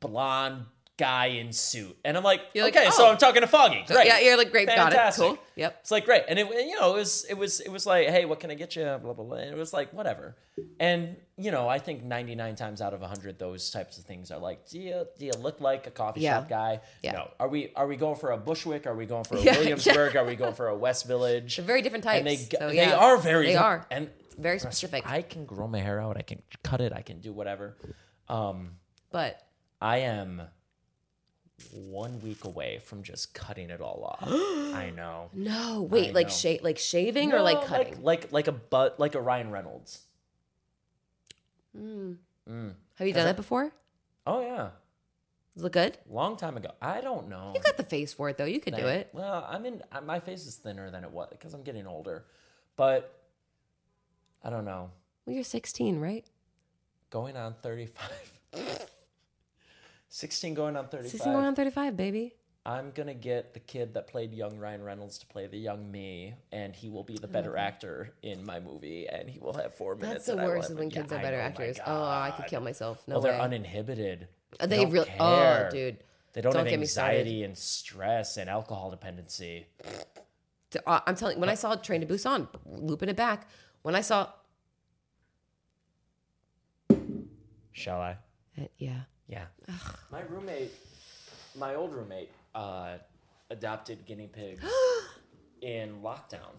A: blonde guy in suit, and I'm like,
B: You're like,
A: okay, so
B: oh.
A: I'm talking to Foggy,
B: so-
A: great.
B: yeah, you're like, great,
A: Fantastic.
B: got it, cool, yep.
A: It's like great, and it and, you know it was it was it was like hey, what can I get you? Blah blah blah. And it was like whatever, and you know I think ninety nine times out of hundred those types of things are like do you do you look like a coffee
B: Yeah.
A: shop guy?
B: Yeah.
A: No. Are we are we going for a Bushwick? Are we going for a
B: Yeah,
A: Williamsburg? Are we going for a West Village?
B: Very different types.
A: and they
B: so,
A: they
B: yeah.
A: are very
B: they
A: diff-
B: are
A: and
B: very specific.
A: I can grow my hair out. I can cut it. I can do whatever. Um,
B: but
A: I am one week away from just cutting it all off. I know.
B: no, wait,
A: I
B: like
A: know.
B: sha- like shaving or like
A: No,
B: cutting?
A: like like, like a but like a Ryan Reynolds.
B: Hmm.
A: Mm.
B: have you done that before?
A: Oh yeah,
B: Does it look good?
A: long time ago. I don't know.
B: You got the face for it though. You could do it.
A: Well, I'm in. I- My face is thinner than it was because I'm getting older, but I don't know.
B: Well, you're 16, right?
A: Going on 35. 16 going on 35.
B: 16 going on 35, baby.
A: I'm going to get the kid that played young Ryan Reynolds to play the young me, and he will be the better actor in my movie, and he will have four minutes.
B: That's the
A: and I will
B: worst
A: have-
B: is when
A: Yeah,
B: kids are
A: I
B: better
A: know, my
B: actors.
A: God.
B: Oh, I could kill myself. No
A: well, they're
B: way.
A: uninhibited.
B: They
A: don't
B: real- oh,
A: care.
B: dude.
A: They don't,
B: Don't
A: have
B: get me started.
A: anxiety and stress and alcohol dependency.
B: To- uh, I'm telling. When I saw Train to Busan, looping it back. When I saw,
A: Shall I?
B: uh, yeah,
A: Yeah. My roommate, my old roommate, uh, adopted guinea pigs in lockdown.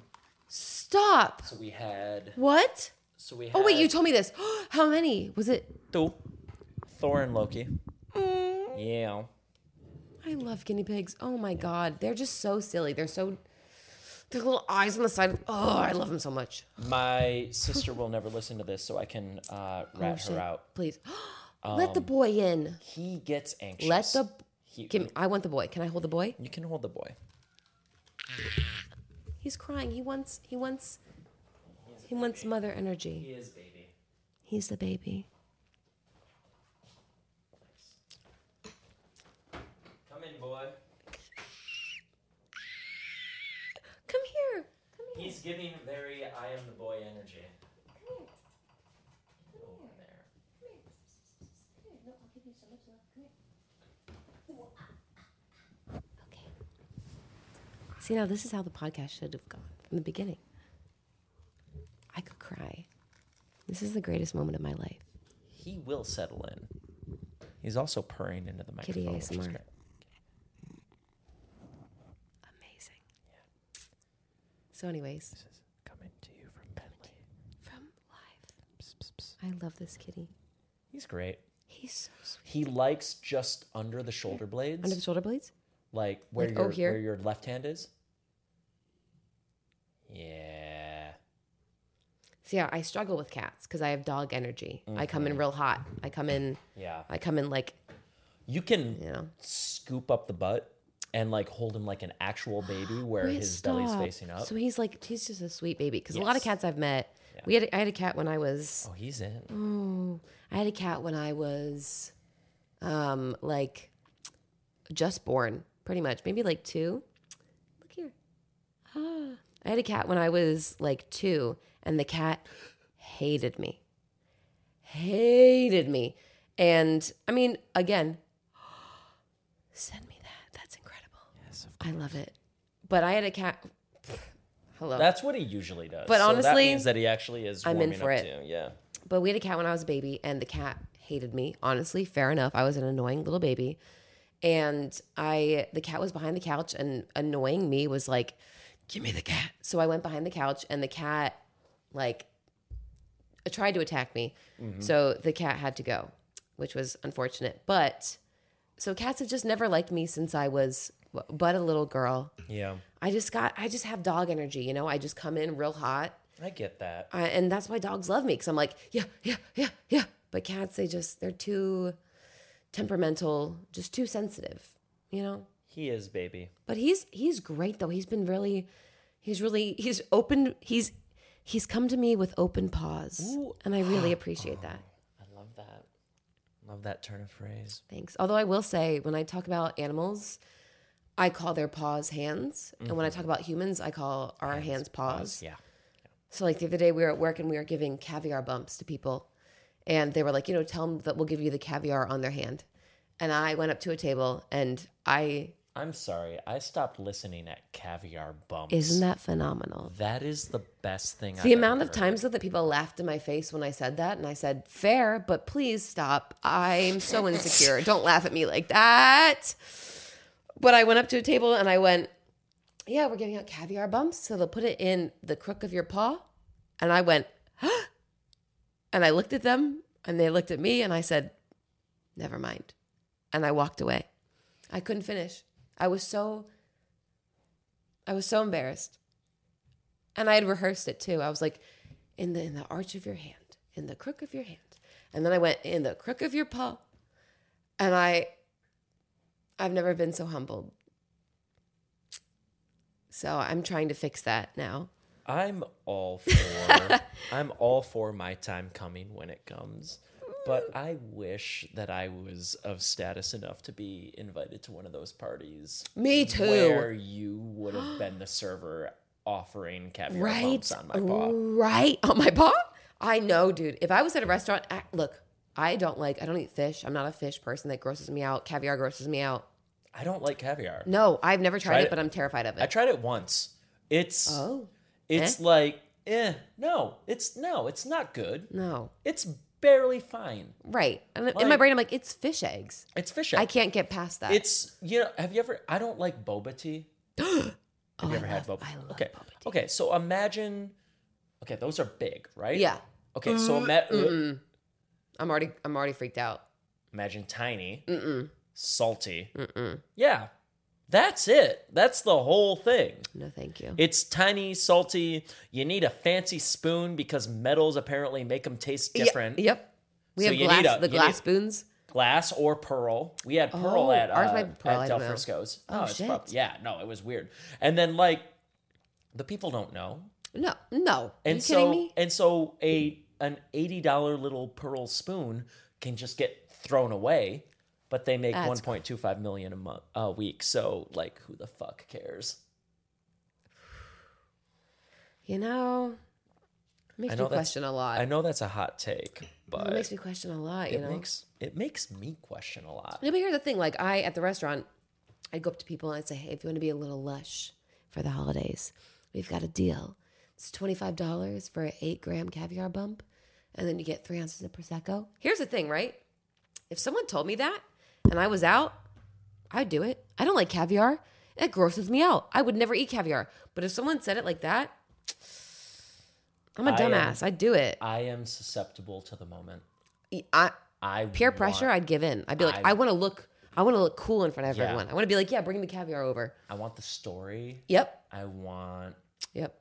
B: stop.
A: So we had.
B: What?
A: So we. Had
B: Oh wait, you told me this. How many was it?
A: two. Thor and Loki.
B: Mm.
A: Yeah.
B: I love guinea pigs. Oh my god, they're just so silly. They're so. Their little eyes on the side. Of, oh, I love them so much.
A: My sister will never listen to this, so I can uh,
B: Oh,
A: rat
B: shit.
A: her out. Um,
B: Please, let the boy in.
A: He gets anxious.
B: Let the.
A: He,
B: Give me, I want the boy. Can I hold the boy?
A: you can hold the boy.
B: He's crying. He wants. He wants. He wants mother energy.
A: is baby.
B: He's the baby.
A: Come in, boy.
B: Come here. Come here.
A: He's giving very I am the boy energy. Over there.
B: See now, this is how the podcast should have gone from the beginning. I could cry. This is the greatest moment of my life.
A: He will settle in. He's also purring into the
B: Kitty
A: microphone. which is
B: ASMR.
A: great.
B: Amazing. So, anyways,
A: This is coming to you from Bentley.
B: from live,
A: Psst, psst, psst.
B: I love this kitty.
A: He's great.
B: He's so sweet.
A: He likes just under the shoulder blades,
B: Under the shoulder blades?
A: like where
B: Like, oh,
A: your
B: here?
A: where your left hand is. Yeah.
B: See, yeah, I struggle with cats because I have dog energy. I come in real hot. I come in.
A: Yeah.
B: I come in like
A: You can
B: you know.
A: scoop up the butt and like hold him like an actual baby where
B: Wait,
A: his belly's
B: stop.
A: facing up.
B: So he's like he's just a sweet baby because a lot of
A: Yes.
B: cats I've met. We had a, I had a cat when I was
A: oh, he's in.
B: Oh, I had a cat when I was um like just born, pretty much, maybe like two. Look here. Ah. I had a cat when I was like two, and the cat hated me. Hated me. And I mean, again, send me that. That's incredible.
A: Yes, of
B: I love it. But I had a cat. Hello.
A: That's what he usually does.
B: But
A: So that
B: honestly,
A: means that he actually is.
B: I'm in
A: warming
B: for
A: up
B: it.
A: Too. Yeah.
B: But we had a cat when I was a baby, and the cat hated me. Honestly, fair enough. I was an annoying little baby, and I the cat was behind the couch, and annoying me was like, "Give me the cat." So I went behind the couch, and the cat like uh, tried to attack me. So the cat had to go, which was unfortunate. But so cats have just never liked me since I was but a little girl.
A: Yeah.
B: I just got, I just have dog energy, you know? I just come in real hot.
A: I get that.
B: I, and that's why dogs love me because I'm like, yeah, yeah, yeah, yeah. But cats, they just, they're too temperamental, just too sensitive, you know?
A: He is baby.
B: But he's, he's great though. He's been really, he's really, he's open, he's, he's come to me with open paws.
A: Ooh.
B: And I really appreciate that.
A: I love that. Love that turn of phrase.
B: Thanks. Although I will say, when I talk about animals, I call their paws hands. And when I talk about humans, I call our Mm-hmm. hands, paws.
A: Yeah.
B: So, like the other day, we were at work and we were giving caviar bumps to people. And they were like, you know, tell them that we'll give you the caviar on their hand. And I went up to a table and I,
A: I'm sorry. I stopped listening at caviar bumps.
B: isn't that phenomenal?
A: that is the best thing I've
B: The amount
A: ever
B: of times though that people laughed in my face when I said that, and I said, "Fair, but please stop. I'm so insecure. Don't laugh at me like that." But I went up to a table and I went, "Yeah, we're giving out caviar bumps, so they'll put it in the crook of your paw." And I went, huh? and I looked at them, and they looked at me, and I said, "Never mind," and I walked away. I couldn't finish. I was so, I was so embarrassed and I had rehearsed it too. I was like, in the in the arch of your hand, in the crook of your hand, and then I went in the crook of your paw, and I, I've never been so humbled. So I'm trying to fix that now.
A: I'm all for I'm all for my time coming when it comes. But I wish that I was of status enough to be invited to one of those parties.
B: Me too.
A: Where you would have been the server offering caviar
B: right
A: bumps on my paw.
B: right on my paw. I know, dude. If I was at a restaurant, I, look, I don't like. I don't eat fish. I'm not a fish person. That grosses me out. Caviar grosses me out.
A: I don't like caviar.
B: No, I've never tried,
A: Tried
B: it,
A: it.
B: but I'm terrified of
A: I
B: it.
A: tried it once. It's
B: oh
A: it's like eh no, it's no, it's not good.
B: no.
A: It's barely fine.
B: Right. And in my
A: Like-
B: brain, I'm like, it's fish eggs.
A: It's fish
B: I
A: egg.
B: can't get past that.
A: It's you know, have you ever I don't like boba tea.
B: oh,
A: Have you
B: I
A: ever had
B: love-
A: boba?
B: I love
A: okay.
B: boba tea.
A: Okay, so imagine Okay, those are big, right?
B: Yeah. Mm-hmm.
A: Okay, so ima- uh,
B: Mm-mm. I'm already I'm already freaked out.
A: imagine tiny,
B: Mm-mm.
A: salty.
B: Mm-mm.
A: Yeah. That's it. That's the whole thing.
B: No, thank you.
A: It's tiny, salty. You need a fancy spoon because metals apparently make them taste different.
B: Yeah, yep. We
A: So
B: have
A: you need
B: glass
A: a-
B: the
A: you
B: glass
A: need-
B: spoons.
A: Glass or pearl. We had pearl
B: Oh,
A: at uh,
B: ours might be pearl, I
A: at Del
B: don't know.
A: Frisco's.
B: Oh,
A: No, it's
B: shit.
A: prob- yeah, no, it was weird. And then like the people don't know.
B: No, no. Are
A: And
B: you
A: so
B: kidding me?
A: and so a an eighty dollar little pearl spoon can just get thrown away, but they make
B: That's
A: one point two five million a month a week. So like, who the fuck cares?
B: You know, it
A: I
B: makes
A: know
B: me
A: that's-
B: question a lot.
A: I know that's a hot take, but
B: it makes me question a lot. You
A: it
B: know.
A: makes it makes me question a lot.
B: Yeah, but here's the thing. Like I at the restaurant, I'd go up to people and I'd say, Hey, if you want to be a little lush for the holidays, we've got a deal. It's twenty five dollars for an eight gram caviar bump, and then you get three ounces of prosecco. Here's the thing, right? If someone told me that and I was out, I'd do it. I don't like caviar. It grosses me out. I would never eat caviar. But if someone said it like that, I'm a
A: I am-
B: dumbass. I'd do it.
A: I am susceptible to the moment.
B: I,
A: I
B: peer
A: want-
B: pressure, I'd give in. I'd be like,
A: I-
B: I, want to look, I want to look cool in front of
A: Yeah.
B: everyone. I want to be like, yeah, bring the caviar over.
A: I want the story.
B: Yep,
A: I want.
B: yep,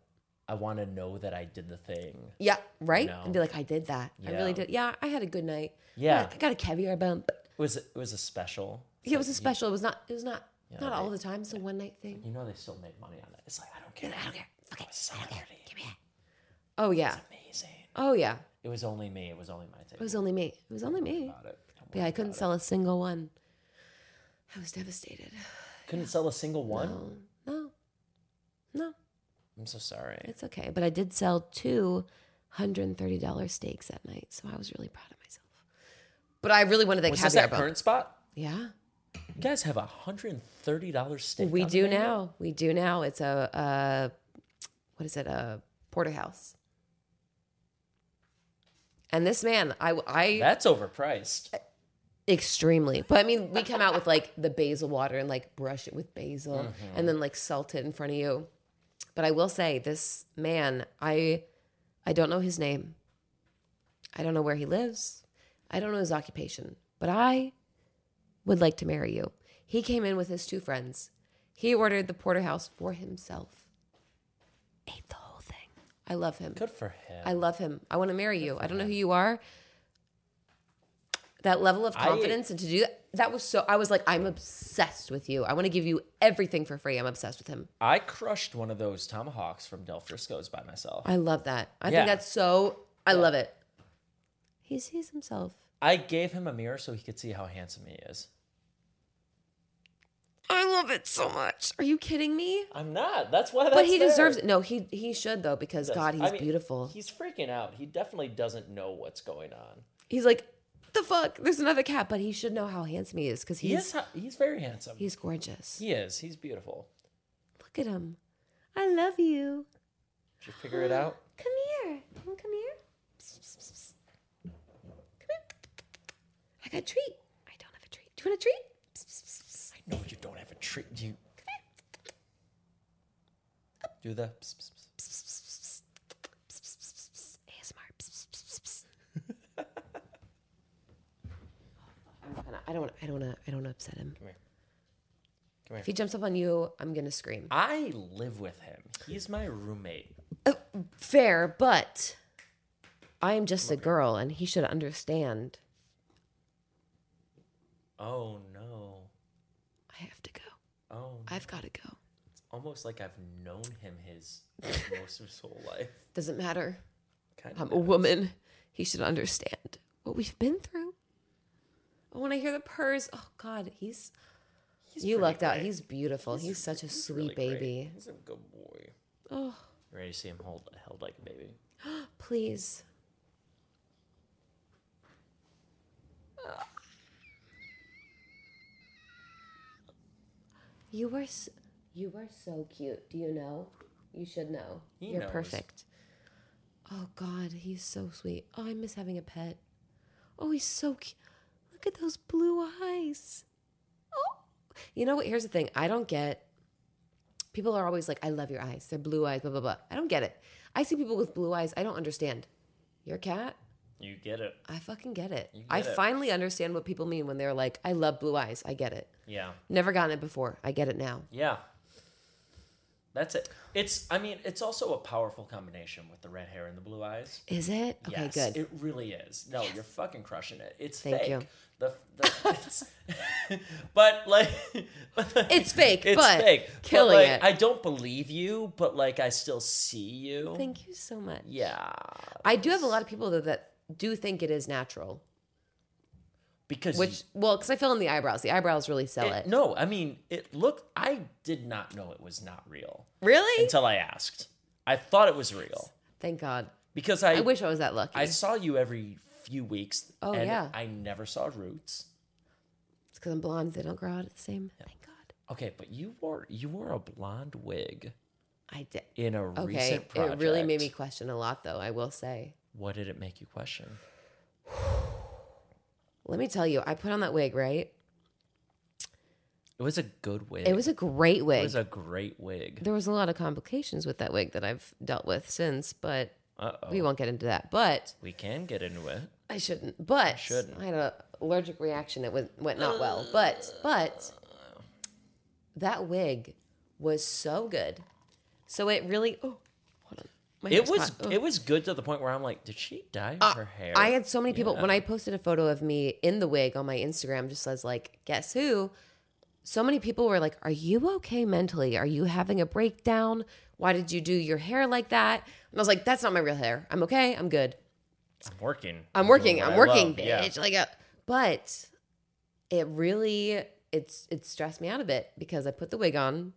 A: I want to know that I did the thing.
B: yeah, right.
A: No.
B: And be like, I did that. I
A: Yeah.
B: really did. Yeah, I had a good night.
A: Yeah.
B: I got a caviar bump.
A: It was it was a special.
B: Yeah, it was a special. It was not. It was not. not
A: they-
B: all the time. It's a one night thing.
A: You know they still make money on that. It's like I don't care.
B: I don't care. Fuck it.
A: Celebrity.
B: Give me that. Oh yeah.
A: Amazing.
B: Oh yeah.
A: It was only me. It was only my take
B: It was only me. It was only me.
A: about it.
B: But yeah, I couldn't sell a single one. I was devastated.
A: Couldn't sell a single one.
B: No, no, no.
A: I'm so sorry.
B: It's okay. But I did sell two hundred and thirty dollars steaks that night, so I was really proud of myself. But I really wanted that
A: Was this
B: caviar
A: at
B: bump.
A: current spot?
B: yeah.
A: You guys have a hundred and thirty dollar steak.
B: We
A: on the
B: do
A: menu?
B: now. We do now. It's a, a what is it? A porterhouse. And this man, I, I
A: That's overpriced.
B: extremely, but I mean, we come out with like the basil water and like brush it with basil and then like salt it in front of you. But I will say, this man, I, I don't know his name. I don't know where he lives. I don't know his occupation, but I would like to marry you. He came in with his two friends. He ordered the porterhouse for himself. Ate the whole thing. I love him.
A: Good for him.
B: I love him. I want to marry you. I don't know who you are. That level of
A: I-
B: confidence and to do that, that was so. I was like, I'm obsessed with you. I want to give you everything for free. I'm obsessed with him.
A: I crushed one of those tomahawks from Del Frisco's by myself.
B: I love that. I
A: Yeah.
B: think that's so. I love it. He sees himself.
A: I gave him a mirror so he could see how handsome he is.
B: I love it so much. Are you kidding me?
A: I'm not. That's why. That's
B: but he
A: there.
B: deserves it. No, he he should though because God, he's
A: I mean,
B: beautiful.
A: He's freaking out. He definitely doesn't know what's going on.
B: he's like the fuck. There's another cat, but he should know how handsome he is because
A: He
B: he's
A: is. ha- He's very handsome.
B: he's gorgeous.
A: he is. He's beautiful.
B: Look at him. I love you.
A: Did you figure it out?
B: Hmm. Come here. Hmm, Come, come here. Psst, psst, psst, psst. Come here. I got a treat. I don't have a treat. Do you want a treat? Psst, psst, psst, psst.
A: No, you don't have a treat. You do the. Pss, pss, pss.
B: ASMR. Psst, psst, psst, psst. I'm not gonna- I don't. I don't. wanna- I don't wanna upset him.
A: Come here. Come
B: If
A: here.
B: he jumps up on you, I'm gonna scream.
A: I live with him. He's my roommate.
B: Fair, but I am just a girl, and he should understand.
A: Oh no.
B: I have to go.
A: Oh,
B: I've got to go.
A: it's almost like I've known him his most of his whole life.
B: Doesn't matter.
A: Kind
B: I'm
A: of.
B: a woman. He should understand what we've been through. Oh, when I hear the purrs, oh God, he's
A: He's
B: you
A: pretty
B: lucked out.
A: great.
B: He's beautiful. He's, such a
A: really
B: sweet
A: great.
B: baby.
A: He's a good boy.
B: Oh,
A: You ready to see him hold held like a baby?
B: please. You were s you were so cute. Do you know? You should know.
A: He
B: You're
A: knows.
B: perfect. Oh God, he's so sweet. Oh, I miss having a pet. Oh, he's so cute. Look at those blue eyes. Oh, you know what? Here's the thing. I don't get. People are always like, "I love your eyes. They're blue eyes." Blah blah blah. I don't get it. I see people with blue eyes. I don't understand. Your cat.
A: You get it.
B: I fucking get it.
A: get
B: I
A: it.
B: finally understand what people mean when they're like, "I love blue eyes." I get it.
A: Yeah.
B: Never gotten it before. I get it now.
A: Yeah. That's it. It's I mean, it's also a powerful combination with the red hair and the blue eyes.
B: Is it? Okay,
A: yes,
B: good.
A: It really is. No, you're fucking crushing it. It's
B: Thank
A: fake.
B: you.
A: The, the it's, but like
B: it's fake,
A: it's
B: but
A: fake. But,
B: killing
A: like,
B: it.
A: I don't believe you, but like I still see you.
B: Thank you so much.
A: yeah.
B: I do have a lot of people though that do think it is natural.
A: Because
B: Which, well, because I fill in the eyebrows. The eyebrows really sell
A: you-
B: it.
A: no, I mean it looked I did not know it was not real
B: Really?
A: until I asked. I thought it was real.
B: Thank God.
A: Because
B: I wish I was that lucky.
A: I saw you every few weeks.
B: Oh,
A: and
B: yeah.
A: I never saw roots.
B: It's because I'm blonde. They don't grow out at the same. Thank God.
A: Okay, but you wore you wore a blonde wig
B: I did.
A: in a
B: Okay.
A: recent project.
B: It really made me question a lot, though, I will say.
A: What did it make you question?
B: Let me tell you, I put on that wig, right?
A: It was a good wig.
B: It was a great wig.
A: It was a great wig.
B: there was a lot of complications with that wig that I've dealt with since, but
A: Uh oh.
B: we won't get into that. But
A: We can get into it.
B: I shouldn't. But
A: shouldn't. Uh,
B: I had an allergic reaction. It went, went not well. But but that wig was so good. So it really. Oh, hold on. My
A: It
B: hair's
A: was
B: caught. Oh. Uh,
A: it was good to the point where I'm like, did she dye her hair?
B: I had so many people when I posted a photo of me in the wig on my Instagram just says like guess who so many people were like are you okay mentally are you having a breakdown why did you do your hair like that and I was like that's not my real hair I'm okay I'm good
A: I'm working.
B: I'm
A: doing
B: working
A: what
B: I'm
A: I
B: working
A: love.
B: bitch
A: Yeah.
B: like uh, but it really it's it stressed me out a bit because I put the wig on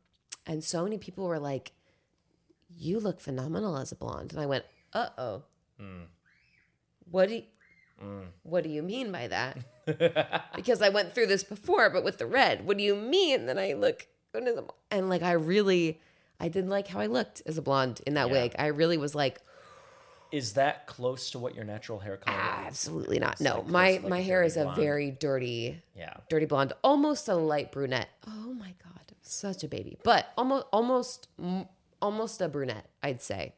B: and so many people were like you look phenomenal as a blonde and I went uh-oh
A: Hmm.
B: what do you, what do you mean by that? because I went through this before, but with the red. What do you mean that I look good as a bl- and like I really I didn't like how I looked as a blonde in that
A: Yeah.
B: wig. I really was like,
A: Is that close to what your natural hair color
B: Ah.
A: is?
B: absolutely not. No,
A: like
B: my
A: close to like
B: my
A: a
B: hair
A: dirty
B: is a
A: blonde.
B: very dirty,
A: Yeah.
B: dirty blonde, almost a light brunette. Oh my god, such a baby, but almost almost m- almost a brunette, I'd say.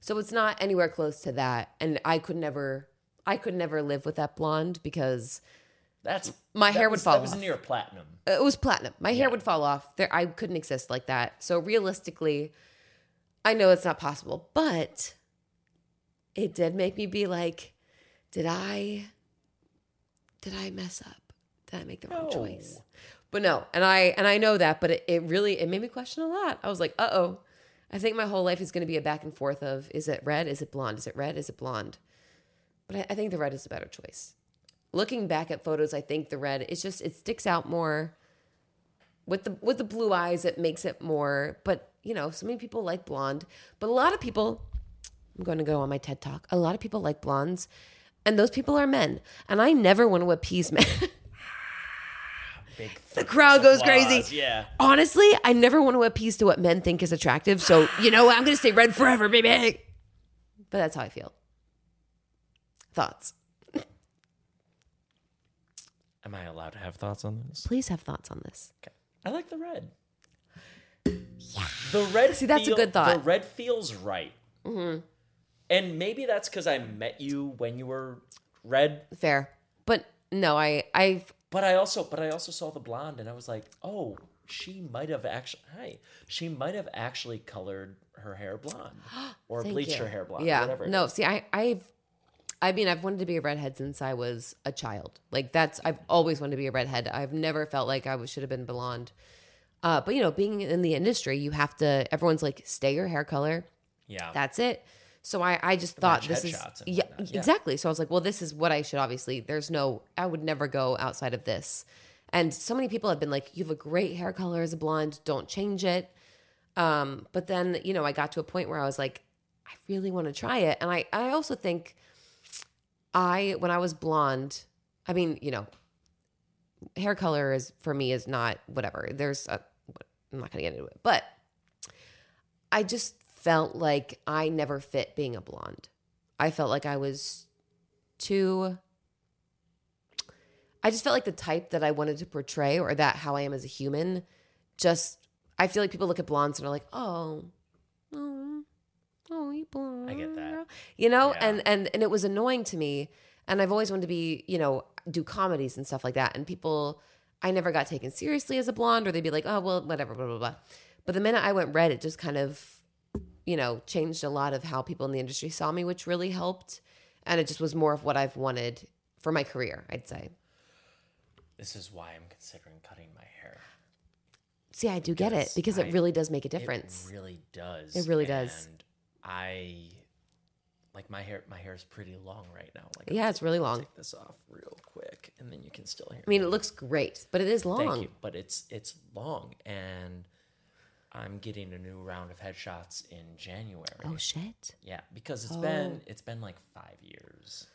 B: So it's not anywhere close to that, and I could never, I could never live with that blonde because
A: That's
B: My
A: that
B: hair would
A: was,
B: fall
A: That was
B: off.
A: near platinum.
B: Uh, it was platinum. My hair
A: Yeah.
B: would fall off. There, I couldn't exist like that. So realistically, I know it's not possible, but it did make me be like, did I, did I mess up? Did I make the wrong
A: No.
B: choice? But no, and I and I know that, but it, it really it made me question a lot. I was like, uh oh, I think my whole life is going to be a back and forth of is it red, is it blonde, is it red, is it blonde. But I, I think the red is a better choice. Looking back at photos, I think the red it's just it sticks out more. With the with the blue eyes, it makes it more. But you know, so many people like blonde, but a lot of people. I'm going to go on my TED talk. A lot of people like blondes, and those people are men. And I never want to appease men.
A: Big
B: the crowd goes
A: applause,
B: crazy.
A: Yeah.
B: Honestly, I never want to appease to what men think is attractive. So, you know, what? I'm going to stay red forever, baby. But that's how I feel. Thoughts.
A: Am I allowed to have thoughts on this?
B: Please have thoughts on this.
A: Okay. I like the red. The red. See,
B: that's a good
A: The
B: thought.
A: red feels right. Mm-hmm. And maybe that's because I met you when you were red.
B: Fair. But no, I I
A: But I also, but I also saw the blonde, and I was like, oh, she might have actually. Hi, she might have actually colored her hair blonde or
B: Thank
A: bleached
B: you.
A: her hair blonde.
B: Yeah.
A: Whatever.
B: No, see, I I've I mean, I've wanted to be a redhead since I was a child. Like that's I've always wanted to be a redhead. I've never felt like I was, should have been blonde. Uh, but you know, being in the industry, you have to. Everyone's like, stay your hair color.
A: Yeah.
B: that's it. So I, I just thought
A: Match
B: this is
A: headshots and
B: yeah,
A: whatnot, yeah.
B: exactly. So I was like, well, this is what I should obviously. There's no, I would never go outside of this. And so many people have been like, you have a great hair color as a blonde, don't change it. Um, but then you know, I got to a point where I was like, I really want to try it, and I, I also think I when I was blonde, I mean, you know, hair color is for me is not whatever. There's a, I'm not gonna get into it, but I just felt like I never fit being a blonde. I felt like I was too. I just felt like the type that I wanted to portray or that how I am as a human. Just I feel like people look at blondes and are like, oh, oh, oh, you blonde.
A: I get that.
B: girl." You know,
A: Yeah.
B: and and and it was annoying to me. And I've always wanted to be, you know, do comedies and stuff like that. And people, I never got taken seriously as a blonde, or they'd be like, oh, well, whatever, blah blah blah. But the minute I went red, it just kind of you know, changed a lot of how people in the industry saw me, which really helped. And it just was more of what I've wanted for my career, I'd say.
A: This is why I'm considering cutting my hair.
B: See, I do get it
A: Yes,
B: because
A: I-
B: it really does make a difference.
A: It really does.
B: It really does.
A: And I like my hair. My hair is pretty long right now. Like,
B: yeah, it's really long.
A: take this off real quick, and then you can still hear.
B: I mean, it looks great, but it is long.
A: Thank you, but it's it's long, and I'm getting a new round of headshots in January.
B: Oh, shit.
A: Yeah, because it's
B: Oh.
A: been it's been like five years,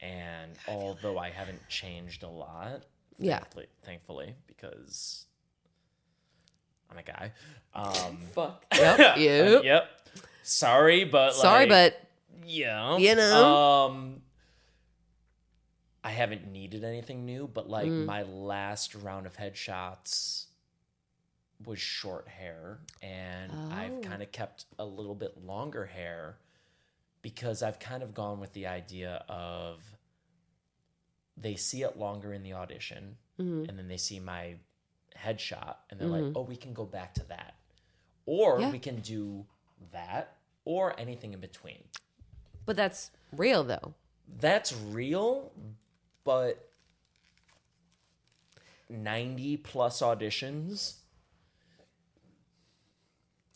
A: and although I haven't changed a lot,
B: Yeah.
A: thankfully, thankfully because I'm a guy. Um,
B: Fuck. Yep. yep.
A: yep. Sorry, but
B: Sorry,
A: like,
B: but
A: yeah,
B: You know?
A: Um, I haven't needed anything new, but like
B: Mm.
A: my last round of headshots was short hair, and I've
B: Oh.
A: kind of kept a little bit longer hair because I've kind of gone with the idea of they see it longer in the audition,
B: Mhm.
A: and then they see my headshot, and they're like, "Oh, we can go back to that." Or
B: Mm-hmm. Yeah.
A: we can do that or anything in between
B: but that's real though.
A: that's real, but 90 plus auditions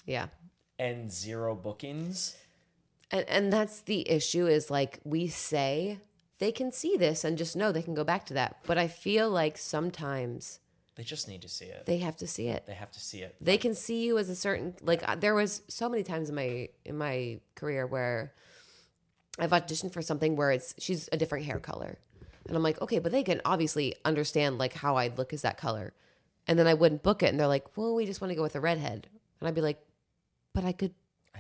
B: Yeah.
A: and zero bookings.
B: And and that's the issue is like we say they can see this and just know they can go back to that. But I feel like sometimes
A: They just need to see it.
B: they have to see it.
A: They have to see it.
B: they can see you as a certain like I- there was so many times in my in my career where i've auditioned for something where it's she's a different hair color and i'm like okay but they can obviously understand like how i look as that color and then i wouldn't book it and they're like well we just want to go with a redhead and i'd be like but i could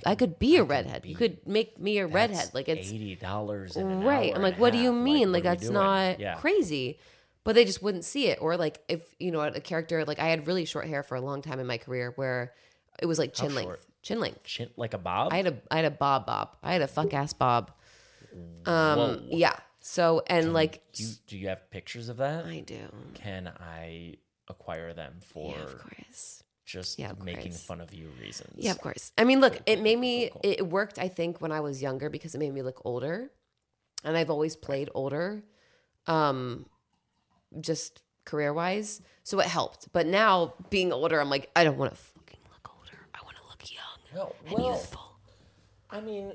B: i, could be a redhead you could make me a redhead
A: That's
B: like it's
A: $80 in an hour
B: right i'm
A: and
B: like
A: a
B: what do you
A: half.
B: mean
A: what
B: like,
A: are we
B: that's
A: doing?
B: not
A: Yeah.
B: crazy but they just wouldn't see it or like if you know a character like i had really short hair for a long time in my career where it was like chin length
A: short?
B: chin length
A: Chin, like a bob?
B: i had a i had a bob bob i had a fuck ass bob um yeah So and like
A: Do you, do you have pictures of that?
B: I do.
A: Can I acquire them for
B: yeah, of course.
A: just
B: Yeah, of
A: making
B: course.
A: fun of you reasons?
B: Yeah, of course. I mean, look, it made me
A: cool, cool.
B: it worked I think when I was younger because it made me look older. And I've always played older um just career-wise, so it helped. But now being older, I'm like I don't want to fucking look older. I want to look young
A: No,
B: and
A: well,
B: youthful.
A: I mean,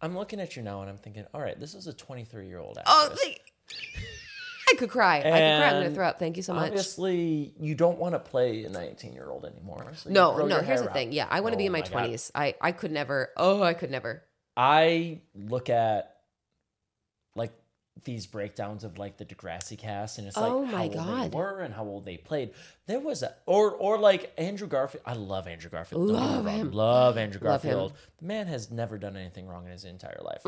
A: I'm looking at you now and I'm thinking, all right, this is a 23 year old actress.
B: Oh, like, I could cry. I could cry. I'm gonna
A: And
B: throw up. Thank you so much.
A: Obviously, you don't want to play a 19 year old anymore. so you
B: No,
A: grow
B: no.
A: your
B: Here's
A: hair
B: the thing.
A: out.
B: Yeah, I want to be
A: Oh
B: in my
A: God.
B: twenties. I I could never. Oh, I could never.
A: I look at like these breakdowns of like the Degrassi cast, and it's like
B: Oh my
A: how old
B: God.
A: they were and how old they played. There was a or or like Andrew Garfield. I love Andrew Garfield. Don't get me
B: Love
A: wrong.
B: him.
A: Love Andrew
B: Love him.
A: Garfield. The man has never done anything wrong in his entire life.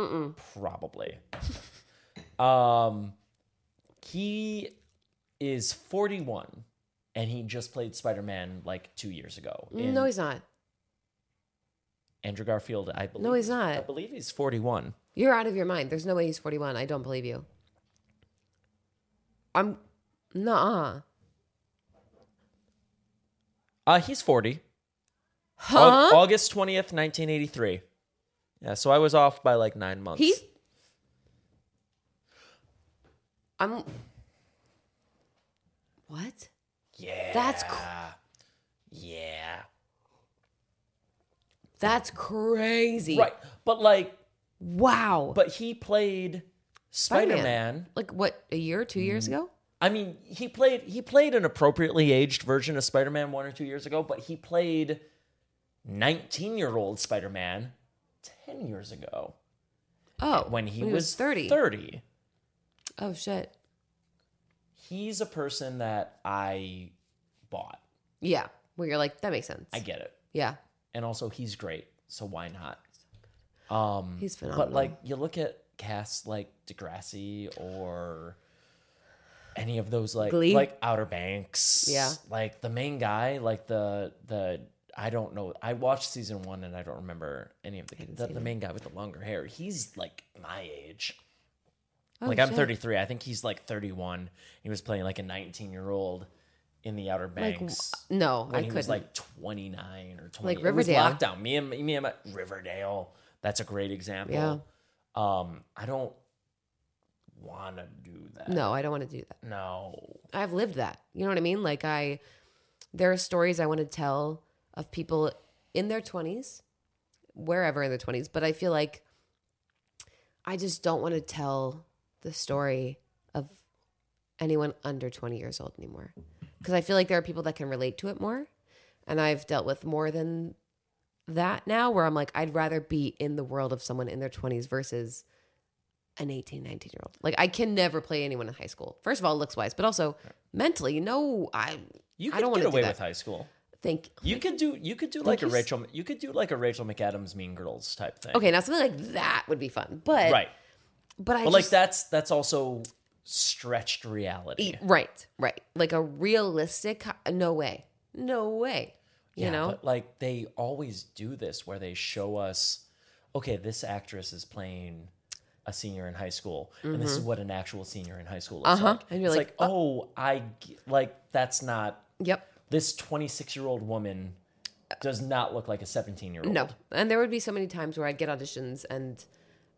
A: Probably. um, he is forty one, and he just played Spider Man like two years ago. in
B: No, he's not.
A: Andrew Garfield. I believe.
B: he's not.
A: I believe he's forty one.
B: You're out of your mind. There's no way he's 41. I don't believe you. I'm nah.
A: Uh, he's 40.
B: Huh?
A: Au- August 20th, 1983. Yeah, so I was off by like nine months.
B: he's. I'm. What?
A: Yeah.
B: That's cr-
A: Yeah.
B: That's crazy.
A: Right. But like,
B: Wow.
A: but he played Spider
B: Spider-Man.
A: Man.
B: like what? A year? Two years
A: Mm.
B: ago?
A: I mean, he played he played an appropriately aged version of Spider Man one or two years ago, but he played 19 year old Spider Man 10 years ago
B: Oh,
A: when he, was,
B: 30.
A: 30.
B: Oh shit.
A: He's a person that I bought.
B: Yeah. Where you're like, that makes sense.
A: I get it.
B: yeah.
A: and also he's great, so why not? Um,
B: He's
A: but
B: phenomenal.
A: like you look at casts like Degrassi or any of those like
B: Glee?
A: like Outer Banks,
B: Yeah.
A: Like the main guy, like the the I don't know. I watched season one and I don't remember any of the the, the main guy with the longer hair. He's like my age.
B: Oh,
A: like I'm
B: shit.
A: 33. I think he's like 31. He was playing like a 19 year old in the Outer
B: Like w-
A: Banks
B: no, I
A: when he
B: couldn't.
A: was like 29 or 20.
B: Like
A: It was
B: Riverdale.
A: lockdown. Me and me and my, Riverdale. That's a great example.
B: Yeah.
A: Um, I don't want to do that.
B: no, I don't want to do that.
A: No.
B: I've lived that. You know what I mean? Like I there are stories I want to tell of people in their 20s, wherever in their 20s, but I feel like I just don't want to tell the story of anyone under 20 years old anymore because I feel like there are people that can relate to it more and I've dealt with more than that now where I'm like I'd rather be in the world of someone in their 20s versus an 18 19 year old like i can never play anyone in high school first of all looks wise but also mentally no i
A: You
B: I
A: could
B: don't
A: get
B: wanna do
A: away
B: that.
A: with high school.
B: think
A: You could do you could do like a
B: you s-
A: Rachel you could do like a Rachel McAdams Mean Girls type thing.
B: okay now something like that would be fun but
A: Right.
B: but i
A: But like
B: just,
A: that's that's also stretched reality.
B: right right like a realistic no way no way you
A: Yeah,
B: know
A: but like they always do this where they show us okay this actress is playing a senior in high school and this is what an actual senior in high school looks
B: Mm-hmm. Uh-huh.
A: like
B: And you're
A: it's
B: like,
A: like, oh i g- like that's not
B: yep
A: this 26 year old woman does not look like a 17 year old
B: No, and there would be so many times where I'd get auditions and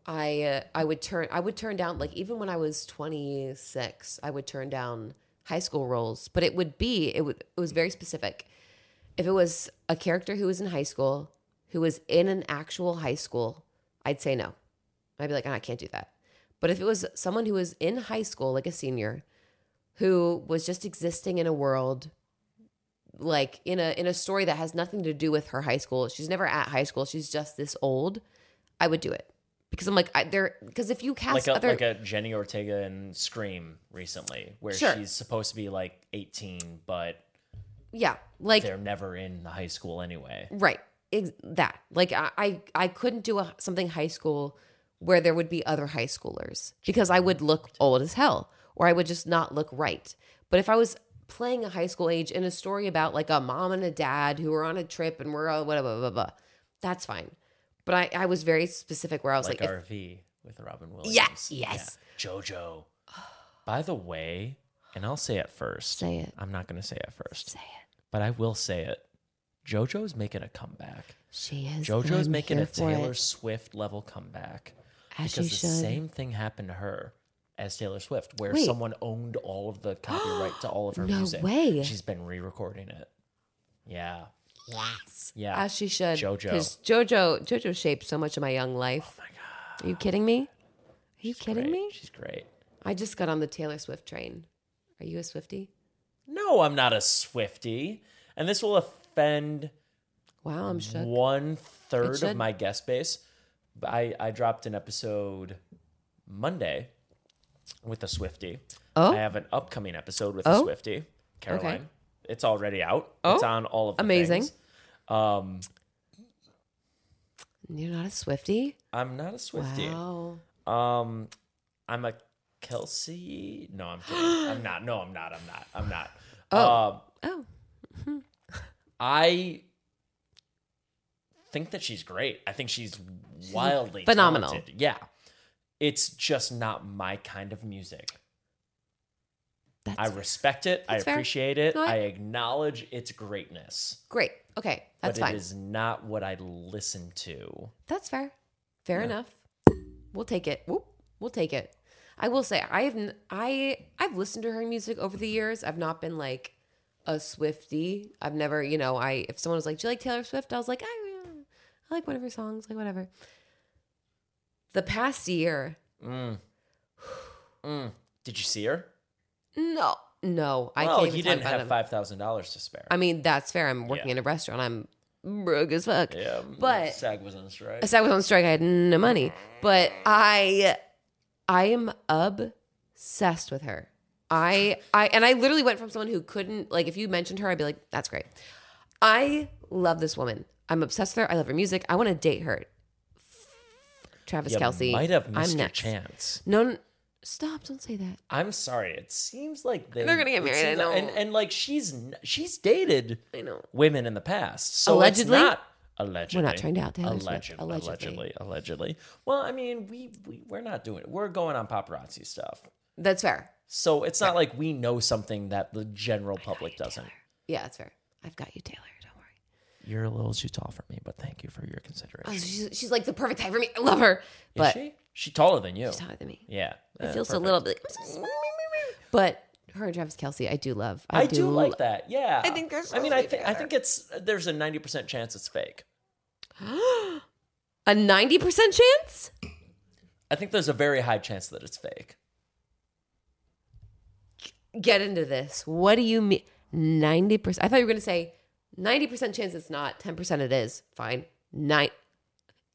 B: I uh, I would turn I would turn down like even when I was 26 I would turn down high school roles, but it would be it would it was very specific. If it was a character who was in high school, who was in an actual high school, I'd say no. I'd be like, "Ah, I can't do that. But if it was someone who was in high school, like a senior, who was just existing in a world like in a in a story that has nothing to do with her high school. She's never at high school. She's just this old. I would do it because I'm like I, there because if you cast
A: like a
B: other
A: like a jenny ortega in scream recently where
B: Sure.
A: she's supposed to be like 18 but
B: yeah like
A: they're never in the high school anyway
B: right ex- that like I I, I couldn't do a, something high school where there would be other high schoolers because I would look old as hell or I would just not look right. But if I was playing a high school age in a story about like a mom and a dad who were on a trip and we're all whatever blah, blah, blah, that's fine. But I, I was very specific where I was
A: like,
B: like, if-
A: rv with Robin Williams.
B: Yeah, yes.
A: Yeah. JoJo. By the way, and I'll say it first.
B: Say it.
A: I'm not going to say it first,
B: Say it.
A: but I will say it. JoJo's making a comeback.
B: She is. and
A: JoJo's
B: I'm
A: making
B: here
A: a
B: for
A: Taylor
B: it,
A: Swift level comeback
B: as she
A: because the
B: should.
A: same thing happened to her as Taylor Swift, where
B: Wait.
A: someone owned all of the copyright to all of her
B: No
A: music.
B: way.
A: She's been re-recording it. Yeah,
B: yes.
A: yeah.
B: As she should.
A: JoJo. Oh
B: Because JoJo, JoJo shaped so much of my young life.
A: my God,
B: Are you kidding me? Are you kidding
A: great.
B: me?
A: She's great.
B: I just got on the Taylor Swift train. Are you a Swifty?
A: No, I'm not a Swifty, and this will offend
B: Wow, I'm shook.
A: one
B: It
A: third
B: should.
A: of my guest base. But I, I dropped an episode Monday with a Swifty.
B: Oh.
A: I have an upcoming episode with a
B: Oh.
A: Swifty, Caroline. It's already out. It's
B: Oh.
A: on all of the
B: Amazing.
A: things. Um,
B: You're not a Swifty?
A: I'm not a Swifty.
B: Wow.
A: Um, I'm a Kelsey. No, I'm kidding. I'm not. No, I'm not. I'm not. I'm not. Um,
B: Oh,
A: I think that she's great. I think she's wildly
B: phenomenal.
A: talented. Yeah. It's just not my kind of music.
B: that's
A: I respect it.
B: That's
A: I
B: fair.
A: appreciate it.
B: No, I-
A: I acknowledge its greatness.
B: great. Okay, that's
A: but
B: fine.
A: it is not what I listen to.
B: That's fair. Fair enough. We'll take it. Whoop. We'll take it. I will say I have n- I I've listened to her music over the years. I've not been like a Swifty. I've never, you know, I if someone was like, "Do you like Taylor Swift?" I was like, "I yeah, I like one of her songs, like whatever." The past year,
A: Mm. Mm. Did you see her?
B: no, no, I
A: well,
B: can't. Even
A: he didn't
B: talk about
A: have
B: him.
A: five thousand dollars to spare.
B: I mean, that's fair. I'm working
A: Yeah.
B: in a restaurant. I'm broke as fuck.
A: yeah,
B: but-
A: SAG was on strike.
B: As I was on strike, I had no money. But I I am obsessed with her. I I and I literally went from someone who couldn't like if you mentioned her, I'd be like, that's great. I love this woman. I'm obsessed with her. I love her music. I want to date her. Travis
A: You
B: Kelsey.
A: might have
B: I'm
A: missed your
B: next.
A: chance.
B: No, no, stop! Don't say that.
A: I'm sorry. It seems like they,
B: They're gonna get
A: it
B: married, I
A: seems-
B: know.
A: and and like she's n- she's dated
B: I know.
A: women in the past, so
B: Allegedly?
A: it's not allegedly.
B: trying to out Taylor Swift.
A: Alleged-
B: Allegedly.
A: allegedly, allegedly. Well, I mean, we, we we're not doing it. We're going on paparazzi stuff,
B: That's fair.
A: so it's not like we know something that the general public doesn't.
B: Yeah, that's fair. I've got you, Taylor. Don't worry.
A: You're a little too tall for me, but thank you for your consideration.
B: Oh, she's, she's like the perfect type for me. I love her,
A: Is
B: but
A: she? She taller than you.
B: she's taller than me.
A: Yeah,
B: It
A: Eh,
B: feels
A: perfect.
B: a little bit. I'm so small. But her and Travis Kelsey, I do love.
A: I do like that. Yeah, I
B: think they're
A: I mean, I
B: supposed to be
A: think I
B: together.
A: think it's there's a ninety percent chance it's fake.
B: that. a ninety percent chance.
A: I think there's a very high chance that it's fake.
B: Get into this. What do you mean? Ninety percent. I thought you were gonna say ninety percent chance it's not. Ten percent it is. Fine. Nine.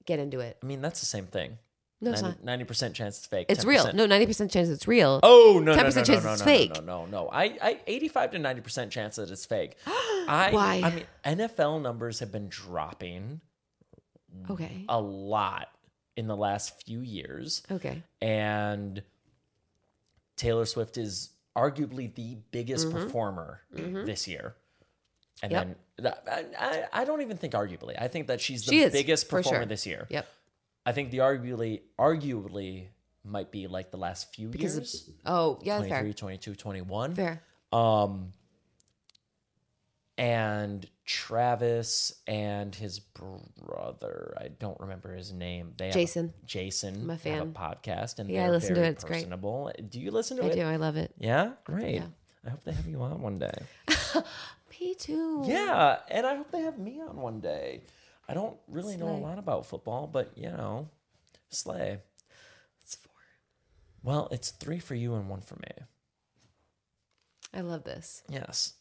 B: Get into it.
A: I mean, that's the same thing.
B: No, it's not.
A: Ninety percent chance it's fake.
B: It's real.
A: 10%.
B: No, ninety percent chance it's real.
A: Oh no! 10%
B: 10%
A: no, no,
B: chance
A: no,
B: it's
A: no,
B: fake.
A: No, no, no, no. I, I, eighty-five to ninety percent chance that it's fake. I,
B: Why?
A: I mean, NFL numbers have been dropping
B: Okay.
A: a lot in the last few years,
B: Okay.
A: and Taylor Swift is arguably the biggest performer this year. And
B: Mm-hmm. Yep.
A: then that- I, I, I don't even think arguably. I think that she's the
B: She is,
A: biggest
B: for
A: performer
B: sure.
A: this year.
B: Yep.
A: I think the arguably arguably might be like the last few
B: Because of-
A: years
B: Oh yeah, that's
A: 23,
B: fair.
A: 22, 21.
B: Fair.
A: Um and Travis and his brother, I don't remember his name. They have a-
B: Jason.
A: Jason
B: I'm a
A: have a
B: fan.
A: podcast and
B: Yeah, I
A: they're
B: listen to
A: very
B: it. It's great.
A: personable. Do you listen to
B: I
A: it?
B: do. I love it.
A: Yeah, great.
B: Yeah.
A: I hope they have you on one day.
B: Me too.
A: Yeah, and I hope they have me on one day. I don't really know a
B: Slay.
A: lot about football, but you know, slay.
B: It's four.
A: Well, it's three for you and one for me.
B: I love this.
A: Yes.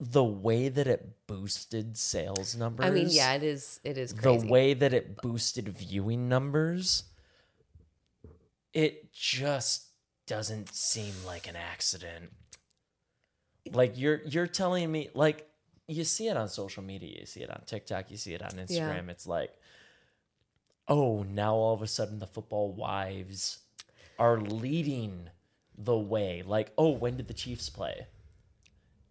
A: The way that it boosted sales numbers.
B: I mean, yeah, it is. It is
A: The
B: crazy.
A: way that it boosted viewing numbers. It just doesn't seem like an accident. Like you're you're telling me like you see it on social media, you see it on TikTok, you see it on Instagram. It's like oh, now all of a sudden the football wives are leading the way. Like, oh, when did the Chiefs play?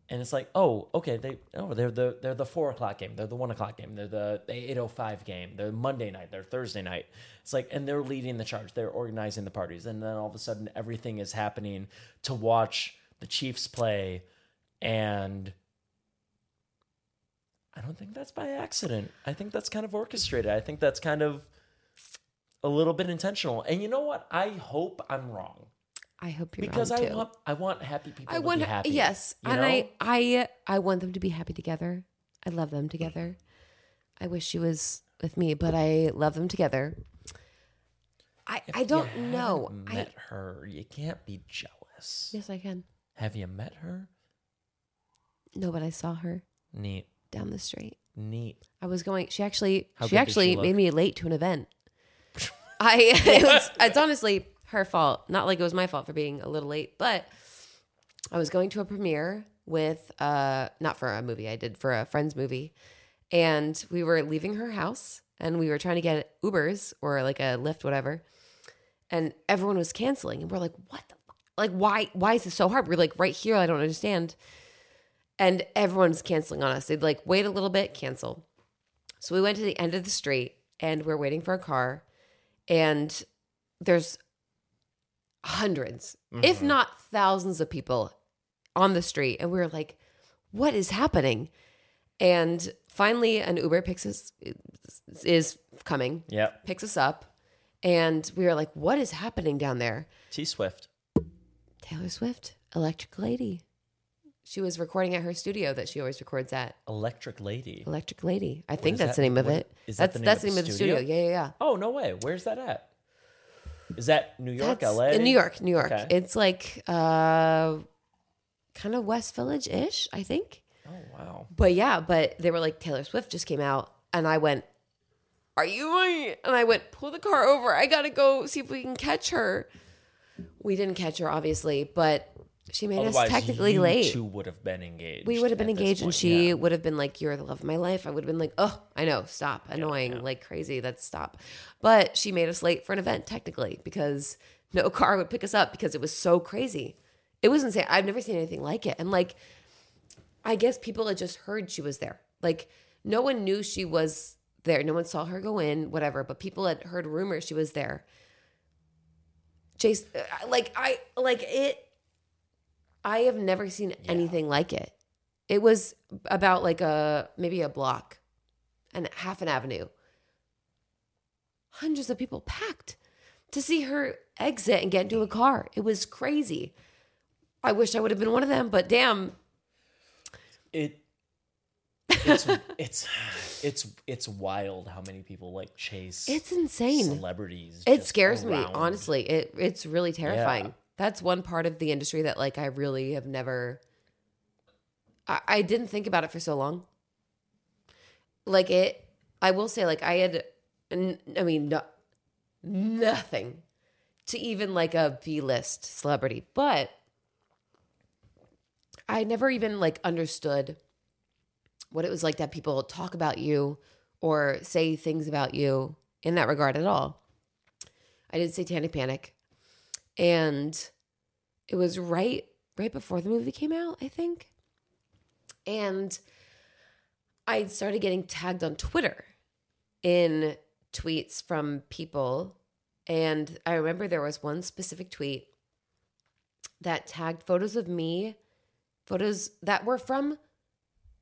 A: and it's like, oh, okay, they oh they're the they're the four o'clock game, they're the one o'clock game, they're the eight oh five game, they're Monday night, they're Thursday night. It's like, and they're leading the charge, they're organizing the parties, and then all of a sudden everything is happening to watch the Chiefs play, and I don't think that's by accident. I think that's kind of orchestrated. I think that's kind of a little bit intentional. And you know what? I hope I'm wrong
B: I hope you're
A: because
B: wrong
A: I
B: too.
A: want I want happy people
B: I
A: to
B: want
A: be happy.
B: yes,
A: you
B: and
A: know?
B: I I I want them to be happy together. I love them together. I wish she was with me, but I love them together. I I
A: You
B: don't
A: haven't
B: know. I
A: Met her. You can't be jealous.
B: yes, I can.
A: Have you met her?
B: No, but I saw her
A: Neat,
B: down the street.
A: neat.
B: I was going. She actually
A: How good
B: she
A: did
B: actually
A: she look?
B: made me late to an event. I it was, it's honestly her fault. Not like it was my fault for being a little late, but I was going to a premiere with uh not for a movie I did for a friend's movie, and we were leaving her house and we were trying to get Ubers or like a Lyft whatever, and everyone was canceling and we're like what the fu- like why why is this so hard? We're like right here I don't understand, and everyone's canceling on us. They'd like wait a little bit cancel. So we went to the end of the street and we're waiting for a car. And there's 100s if not thousands of people on the street. And we were like, what is happening? And finally, an Uber picks us, is coming,
A: Yep.
B: picks us up. And we were like, what is happening down there?
A: T Swift.
B: Taylor Swift, Electric Lady. She was recording at her studio that she always records at.
A: Electric Lady.
B: Electric Lady. I think
A: is
B: that's
A: that-
B: the name of
A: what-
B: it.
A: is that
B: that's
A: the name
B: that's
A: of
B: the name
A: the
B: of the studio?
A: studio?
B: Yeah, yeah, yeah.
A: Oh no way. Where's that at? Is that New York,
B: That's-
A: LA?
B: In New York, New York.
A: Okay.
B: It's like uh kind of West Village ish, I think.
A: Oh wow.
B: But yeah, but they were like Taylor Swift just came out and I went, Are you my-" and I went, pull the car over. I gotta go see if we can catch her. We didn't catch her, obviously, but she made us
A: Otherwise,
B: technically
A: you
B: late.
A: two would have been engaged.
B: we would have been
A: at this
B: engaged and
A: point,
B: she
A: yeah.
B: would have been like you're the love of my life i would have been like oh i know stop annoying like crazy that's stop but she made us late for an event technically because no car would pick us up because it was so crazy it was insane i've never seen anything like it and like i guess people had just heard she was there like no one knew she was there no one saw her go in whatever but people had heard rumors she was there Jason, like I like it. I have never seen anything like it. It was about like a maybe a block, and half an avenue. Hundreds of people packed to see her exit and get into a car. It was crazy. I wish I would have been one of them, but damn,
A: It. it's, it's it's it's wild how many people like chase
B: it's insane.
A: celebrities.
B: It
A: just
B: scares me,
A: around.
B: honestly. It it's really terrifying.
A: Yeah.
B: That's one part of the industry that like I really have never I, I didn't think about it for so long. Like it I will say like I had n- I mean no, nothing to even like a B-list celebrity, but I never even like understood what it was like that people talk about you or say things about you in that regard at all. I did Satanic Panic, and it was right right before the movie came out, I think. And I started getting tagged on Twitter in tweets from people, and I remember there was one specific tweet that tagged photos of me, photos that were from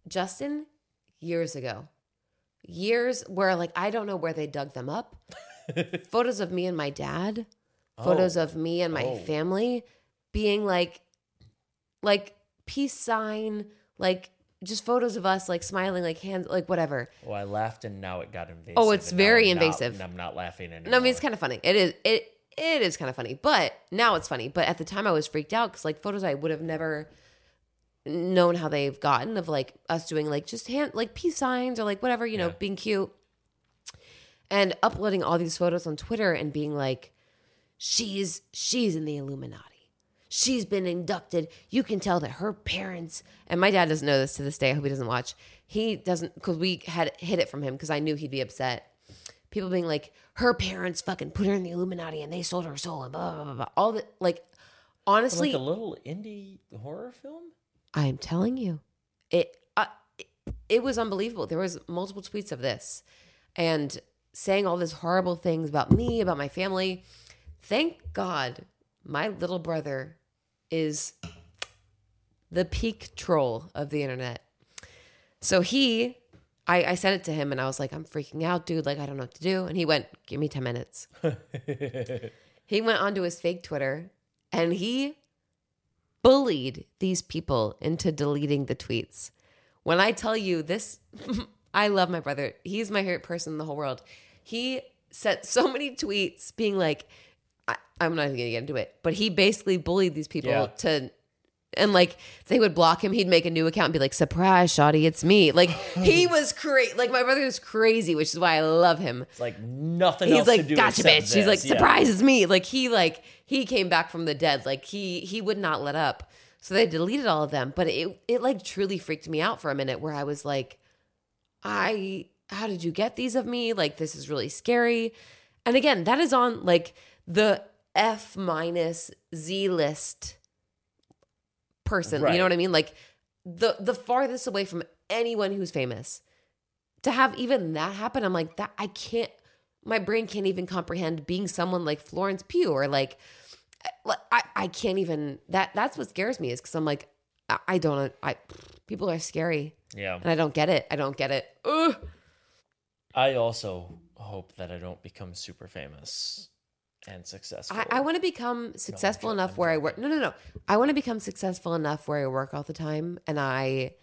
B: Justin years ago. Years where like I don't know where they dug them up. photos of me and my dad, photos
A: Oh,
B: of me and my
A: Oh.
B: family being like like peace sign, like just photos of us like smiling like hands like whatever.
A: Oh, I laughed and now it got invasive.
B: Oh, it's
A: and now
B: very
A: I'm not-
B: invasive.
A: and I'm not laughing anymore.
B: No, I mean it's kind of funny. It is it it is kind of funny, but now it's funny. But at the time, I was freaked out because like photos I would have never known how they've gotten of like us doing like just hand like peace signs or like whatever you know
A: Yeah.
B: being cute, and uploading all these photos on Twitter and being like, she's she's in the Illuminati. She's been inducted. You can tell that her parents and my dad doesn't know this to this day. I hope he doesn't watch. He doesn't because we had hid it from him because I knew he'd be upset people being like, her parents fucking put her in the Illuminati and they sold her soul and blah blah blah. blah. All the like, honestly,
A: like a little indie horror film.
B: I am telling you, it, uh, it it was unbelievable. There was multiple tweets of this, and saying all these horrible things about me, about my family. Thank God, my little brother is the peak troll of the internet. So he, I, I sent it to him, and I was like, "I'm freaking out, dude. Like, I don't know what to do." And he went, "Give me ten minutes." he went onto his fake Twitter, and he bullied these people into deleting the tweets. When I tell you this, I love my brother. He's my favorite person in the whole world. He sent so many tweets being like, I, I'm not even gonna get into it, but he basically bullied these people
A: Yeah.
B: to, and like they would block him. He'd make a new account and be like, "Surprise, shoddy, it's me." Like he was crazy. Like my brother was crazy, which is why I love him
A: It's like nothing
B: he's
A: else to
B: like
A: do.
B: gotcha
A: except
B: bitch he's like
A: this." Yeah.
B: surprise it's me like he like he came back from the dead like he he would not let up so they deleted all of them but it it like truly freaked me out for a minute where i was like i how did you get these of me like this is really scary and again that is on like the f minus z list person you
A: Right.
B: know what i mean like the the farthest away from anyone who's famous to have even that happen i'm like that i can't my brain can't even comprehend being someone like florence pugh or like like, i, I can't even that that's what scares me is because i'm like I, I don't i people are scary
A: Yeah.
B: and i don't get it i don't get it Ugh.
A: I also hope that I don't become super famous and successful.
B: I, I want to become successful
A: joking,
B: enough
A: I'm
B: where I work. No, no, no. I want to become successful enough where I work all the time and I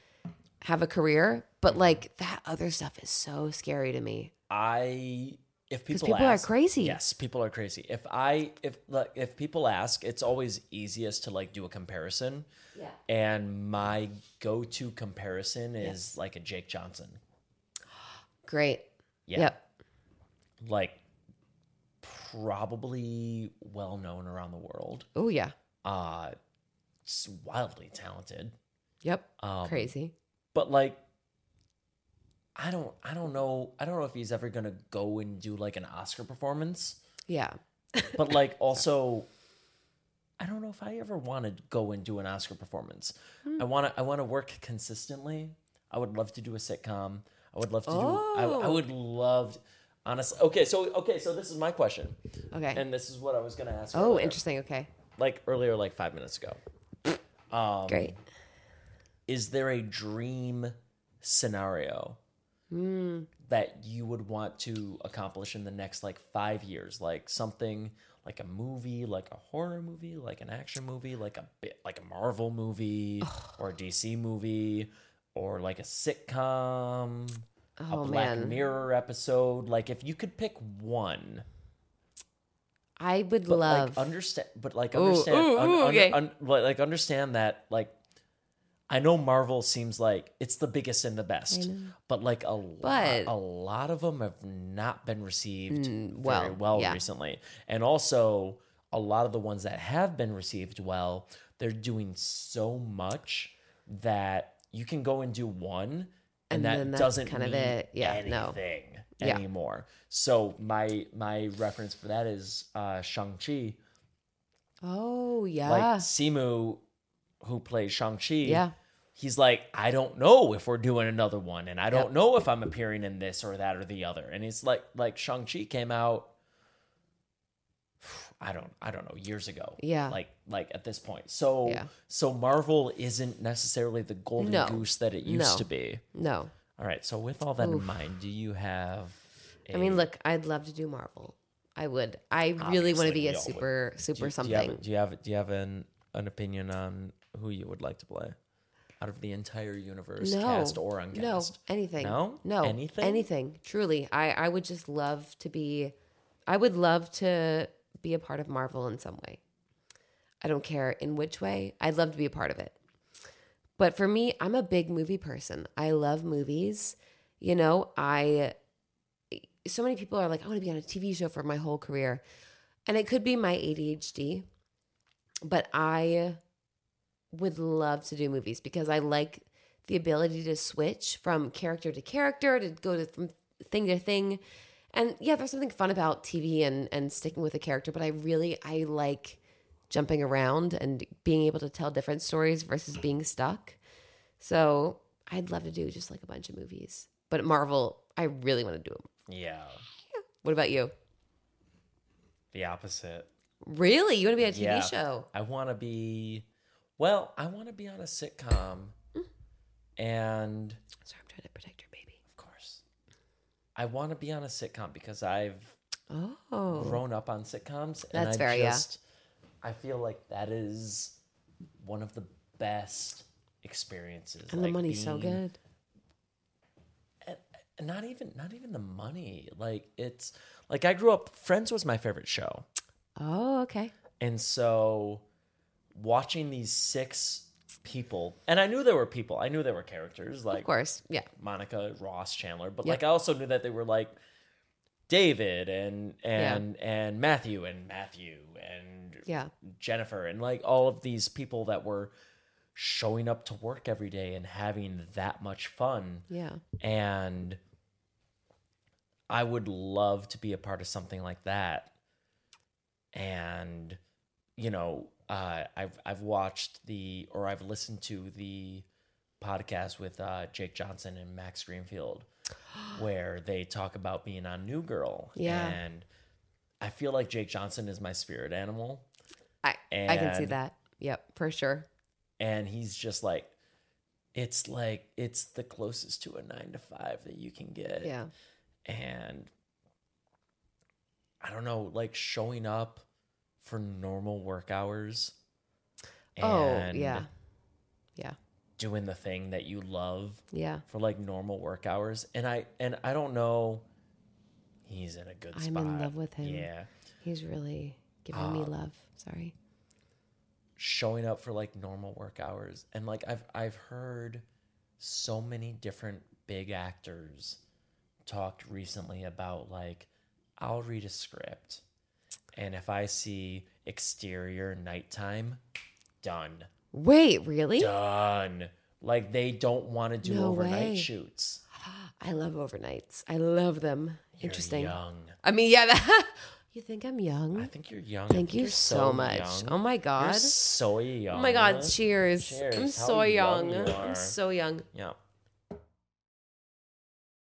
B: have a career. But like that other stuff is so scary to me.
A: I if people
B: people are
A: ask-
B: crazy.
A: Yes, people are crazy. If I if like if people ask, it's always easiest to like do a comparison.
B: Yeah.
A: And my go-to comparison is like a Jake Johnson.
B: Great.
A: Yeah.
B: Yep.
A: Like probably well known around the world.
B: Oh yeah.
A: Uh s- wildly talented.
B: Yep.
A: Um,
B: Crazy.
A: but like i don't i don't know i don't know if he's ever gonna go and do like an oscar performance
B: Yeah.
A: but like also i don't know if i ever want to go and do an oscar performance
B: Hmm.
A: i want to i want to work consistently i would love to do a sitcom i would love to do I, I
B: Oh.
A: would love honestly okay so okay so this is my question
B: Okay.
A: and this is what i was gonna ask
B: oh,
A: earlier,
B: interesting. Okay.
A: like earlier like five minutes ago Um,
B: Great.
A: is there a dream scenario
B: Mm.
A: that you would want to accomplish in the next like five years like something like a movie like a horror movie like an action movie like a bit like a marvel movie or a dc movie or like a sitcom
B: Oh,
A: a black
B: man.
A: mirror episode like if you could pick one
B: I would
A: but
B: love.
A: like understand but like
B: Ooh,
A: understand
B: ooh,
A: un-
B: ooh,
A: under-
B: okay.
A: un- like like, understand that like i know marvel seems like it's the biggest and the best but like a
B: But- Mm,
A: lot a lot of them have not been received very
B: well,
A: well
B: yeah.
A: recently and also a lot of the ones that have been received well they're doing so much that you can go and do one and,
B: And
A: that
B: then that's
A: doesn't
B: kind of
A: mean
B: it. Yeah,
A: anything
B: no.
A: thing
B: Yeah.
A: anymore. So my my reference for that is uh Shang Chi.
B: oh yeah.
A: Like Simu, who plays Shang Chi.
B: Yeah.
A: He's like, I don't know if we're doing another one, and I don't know if I'm appearing in this or that or the other. And it's like like Shang Chi came out. I don't I don't know years ago.
B: Yeah.
A: Like like at this point. So
B: Yeah.
A: so Marvel isn't necessarily the golden
B: No.
A: goose that it used
B: No.
A: to be.
B: no.
A: All right. So with all that in mind, do you have? I
B: I mean, look, I'd love to do Marvel. I would. I really want
A: Obviously,
B: to be
A: we
B: a
A: all would.
B: super,
A: do,
B: super
A: you-
B: something.
A: Do you, have, do you have do you have an an opinion on who you would like to play out of the entire universe, cast or uncast?
B: No, anything.
A: No?
B: no,
A: Anything?
B: Anything. Truly, I I would just love to be. I would love to be a part of Marvel in some way. I don't care in which way. I'd love to be a part of it. But for me, I'm a big movie person. I love movies. You know, I so many people are like, I want to be on a TV show for my whole career. And it could be my ADHD, but I would love to do movies because I like the ability to switch from character to character, to go to from thing to thing. And yeah, there's something fun about TV and and sticking with a character, but I really I like jumping around and being able to tell different stories versus being stuck. So I'd love to do just like a bunch of movies, but Marvel, I really want to do them.
A: Yeah.
B: What about you?
A: The opposite.
B: Really, you want to be on a TV
A: Yeah.
B: show?
A: I want to be, well, I want to be on a sitcom.
B: Mm.
A: And
B: Sorry, I'm trying to protect your baby.
A: of course, I want to be on a sitcom because I've
B: Oh,
A: grown up on sitcoms.
B: That's
A: and I
B: fair, yeah.
A: just, I feel like that is one of the best experiences.
B: and the
A: like
B: money's so
A: being-
B: good.
A: and not even not even the money like it's like i grew up friends was my favorite show
B: Oh, okay.
A: and so watching these six people and i knew there were people i knew there were characters
B: Of
A: like
B: course, yeah.
A: monica ross chandler but
B: Yep.
A: like i also knew that they were like david and and and matthew and matthew and
B: Yeah.
A: jennifer and like all of these people that were showing up to work every day and having that much fun
B: Yeah.
A: and I would love to be a part of something like that. And you know, uh, I've I've watched the or I've listened to the podcast with uh, Jake Johnson and Max Greenfield, where they talk about being on New Girl.
B: Yeah.
A: and I feel like Jake Johnson is my spirit animal.
B: I I can see
A: And-
B: that. Yep, for sure.
A: and he's just like it's like it's the closest to a nine to five that you can get
B: Yeah.
A: and i don't know like showing up for normal work hours
B: Oh, yeah. Yeah.
A: doing the thing that you love
B: Yeah.
A: for like normal work hours and i and i don't know he's in a good
B: I'm in
A: spot
B: love with him.
A: yeah
B: He's really giving
A: Ah.
B: me love. Sorry.
A: showing up for like normal work hours and like i've i've heard so many different big actors talked recently about like i'll read a script and if i see exterior nighttime done
B: Wait, really?
A: done like they don't want to do
B: Eh? No
A: overnight
B: way.
A: shoots
B: I love overnights. I love them.
A: You're
B: Interesting.
A: young
B: I mean, yeah. That, you think I'm young?
A: i think you're young I
B: Thank
A: think
B: you
A: you're
B: so, much.
A: young.
B: Oh my
A: you're
B: god.
A: so young
B: Oh my god. Cheers.
A: Cheers.
B: I'm
A: How
B: so
A: young
B: young.
A: you are.
B: I'm so young.
A: yeah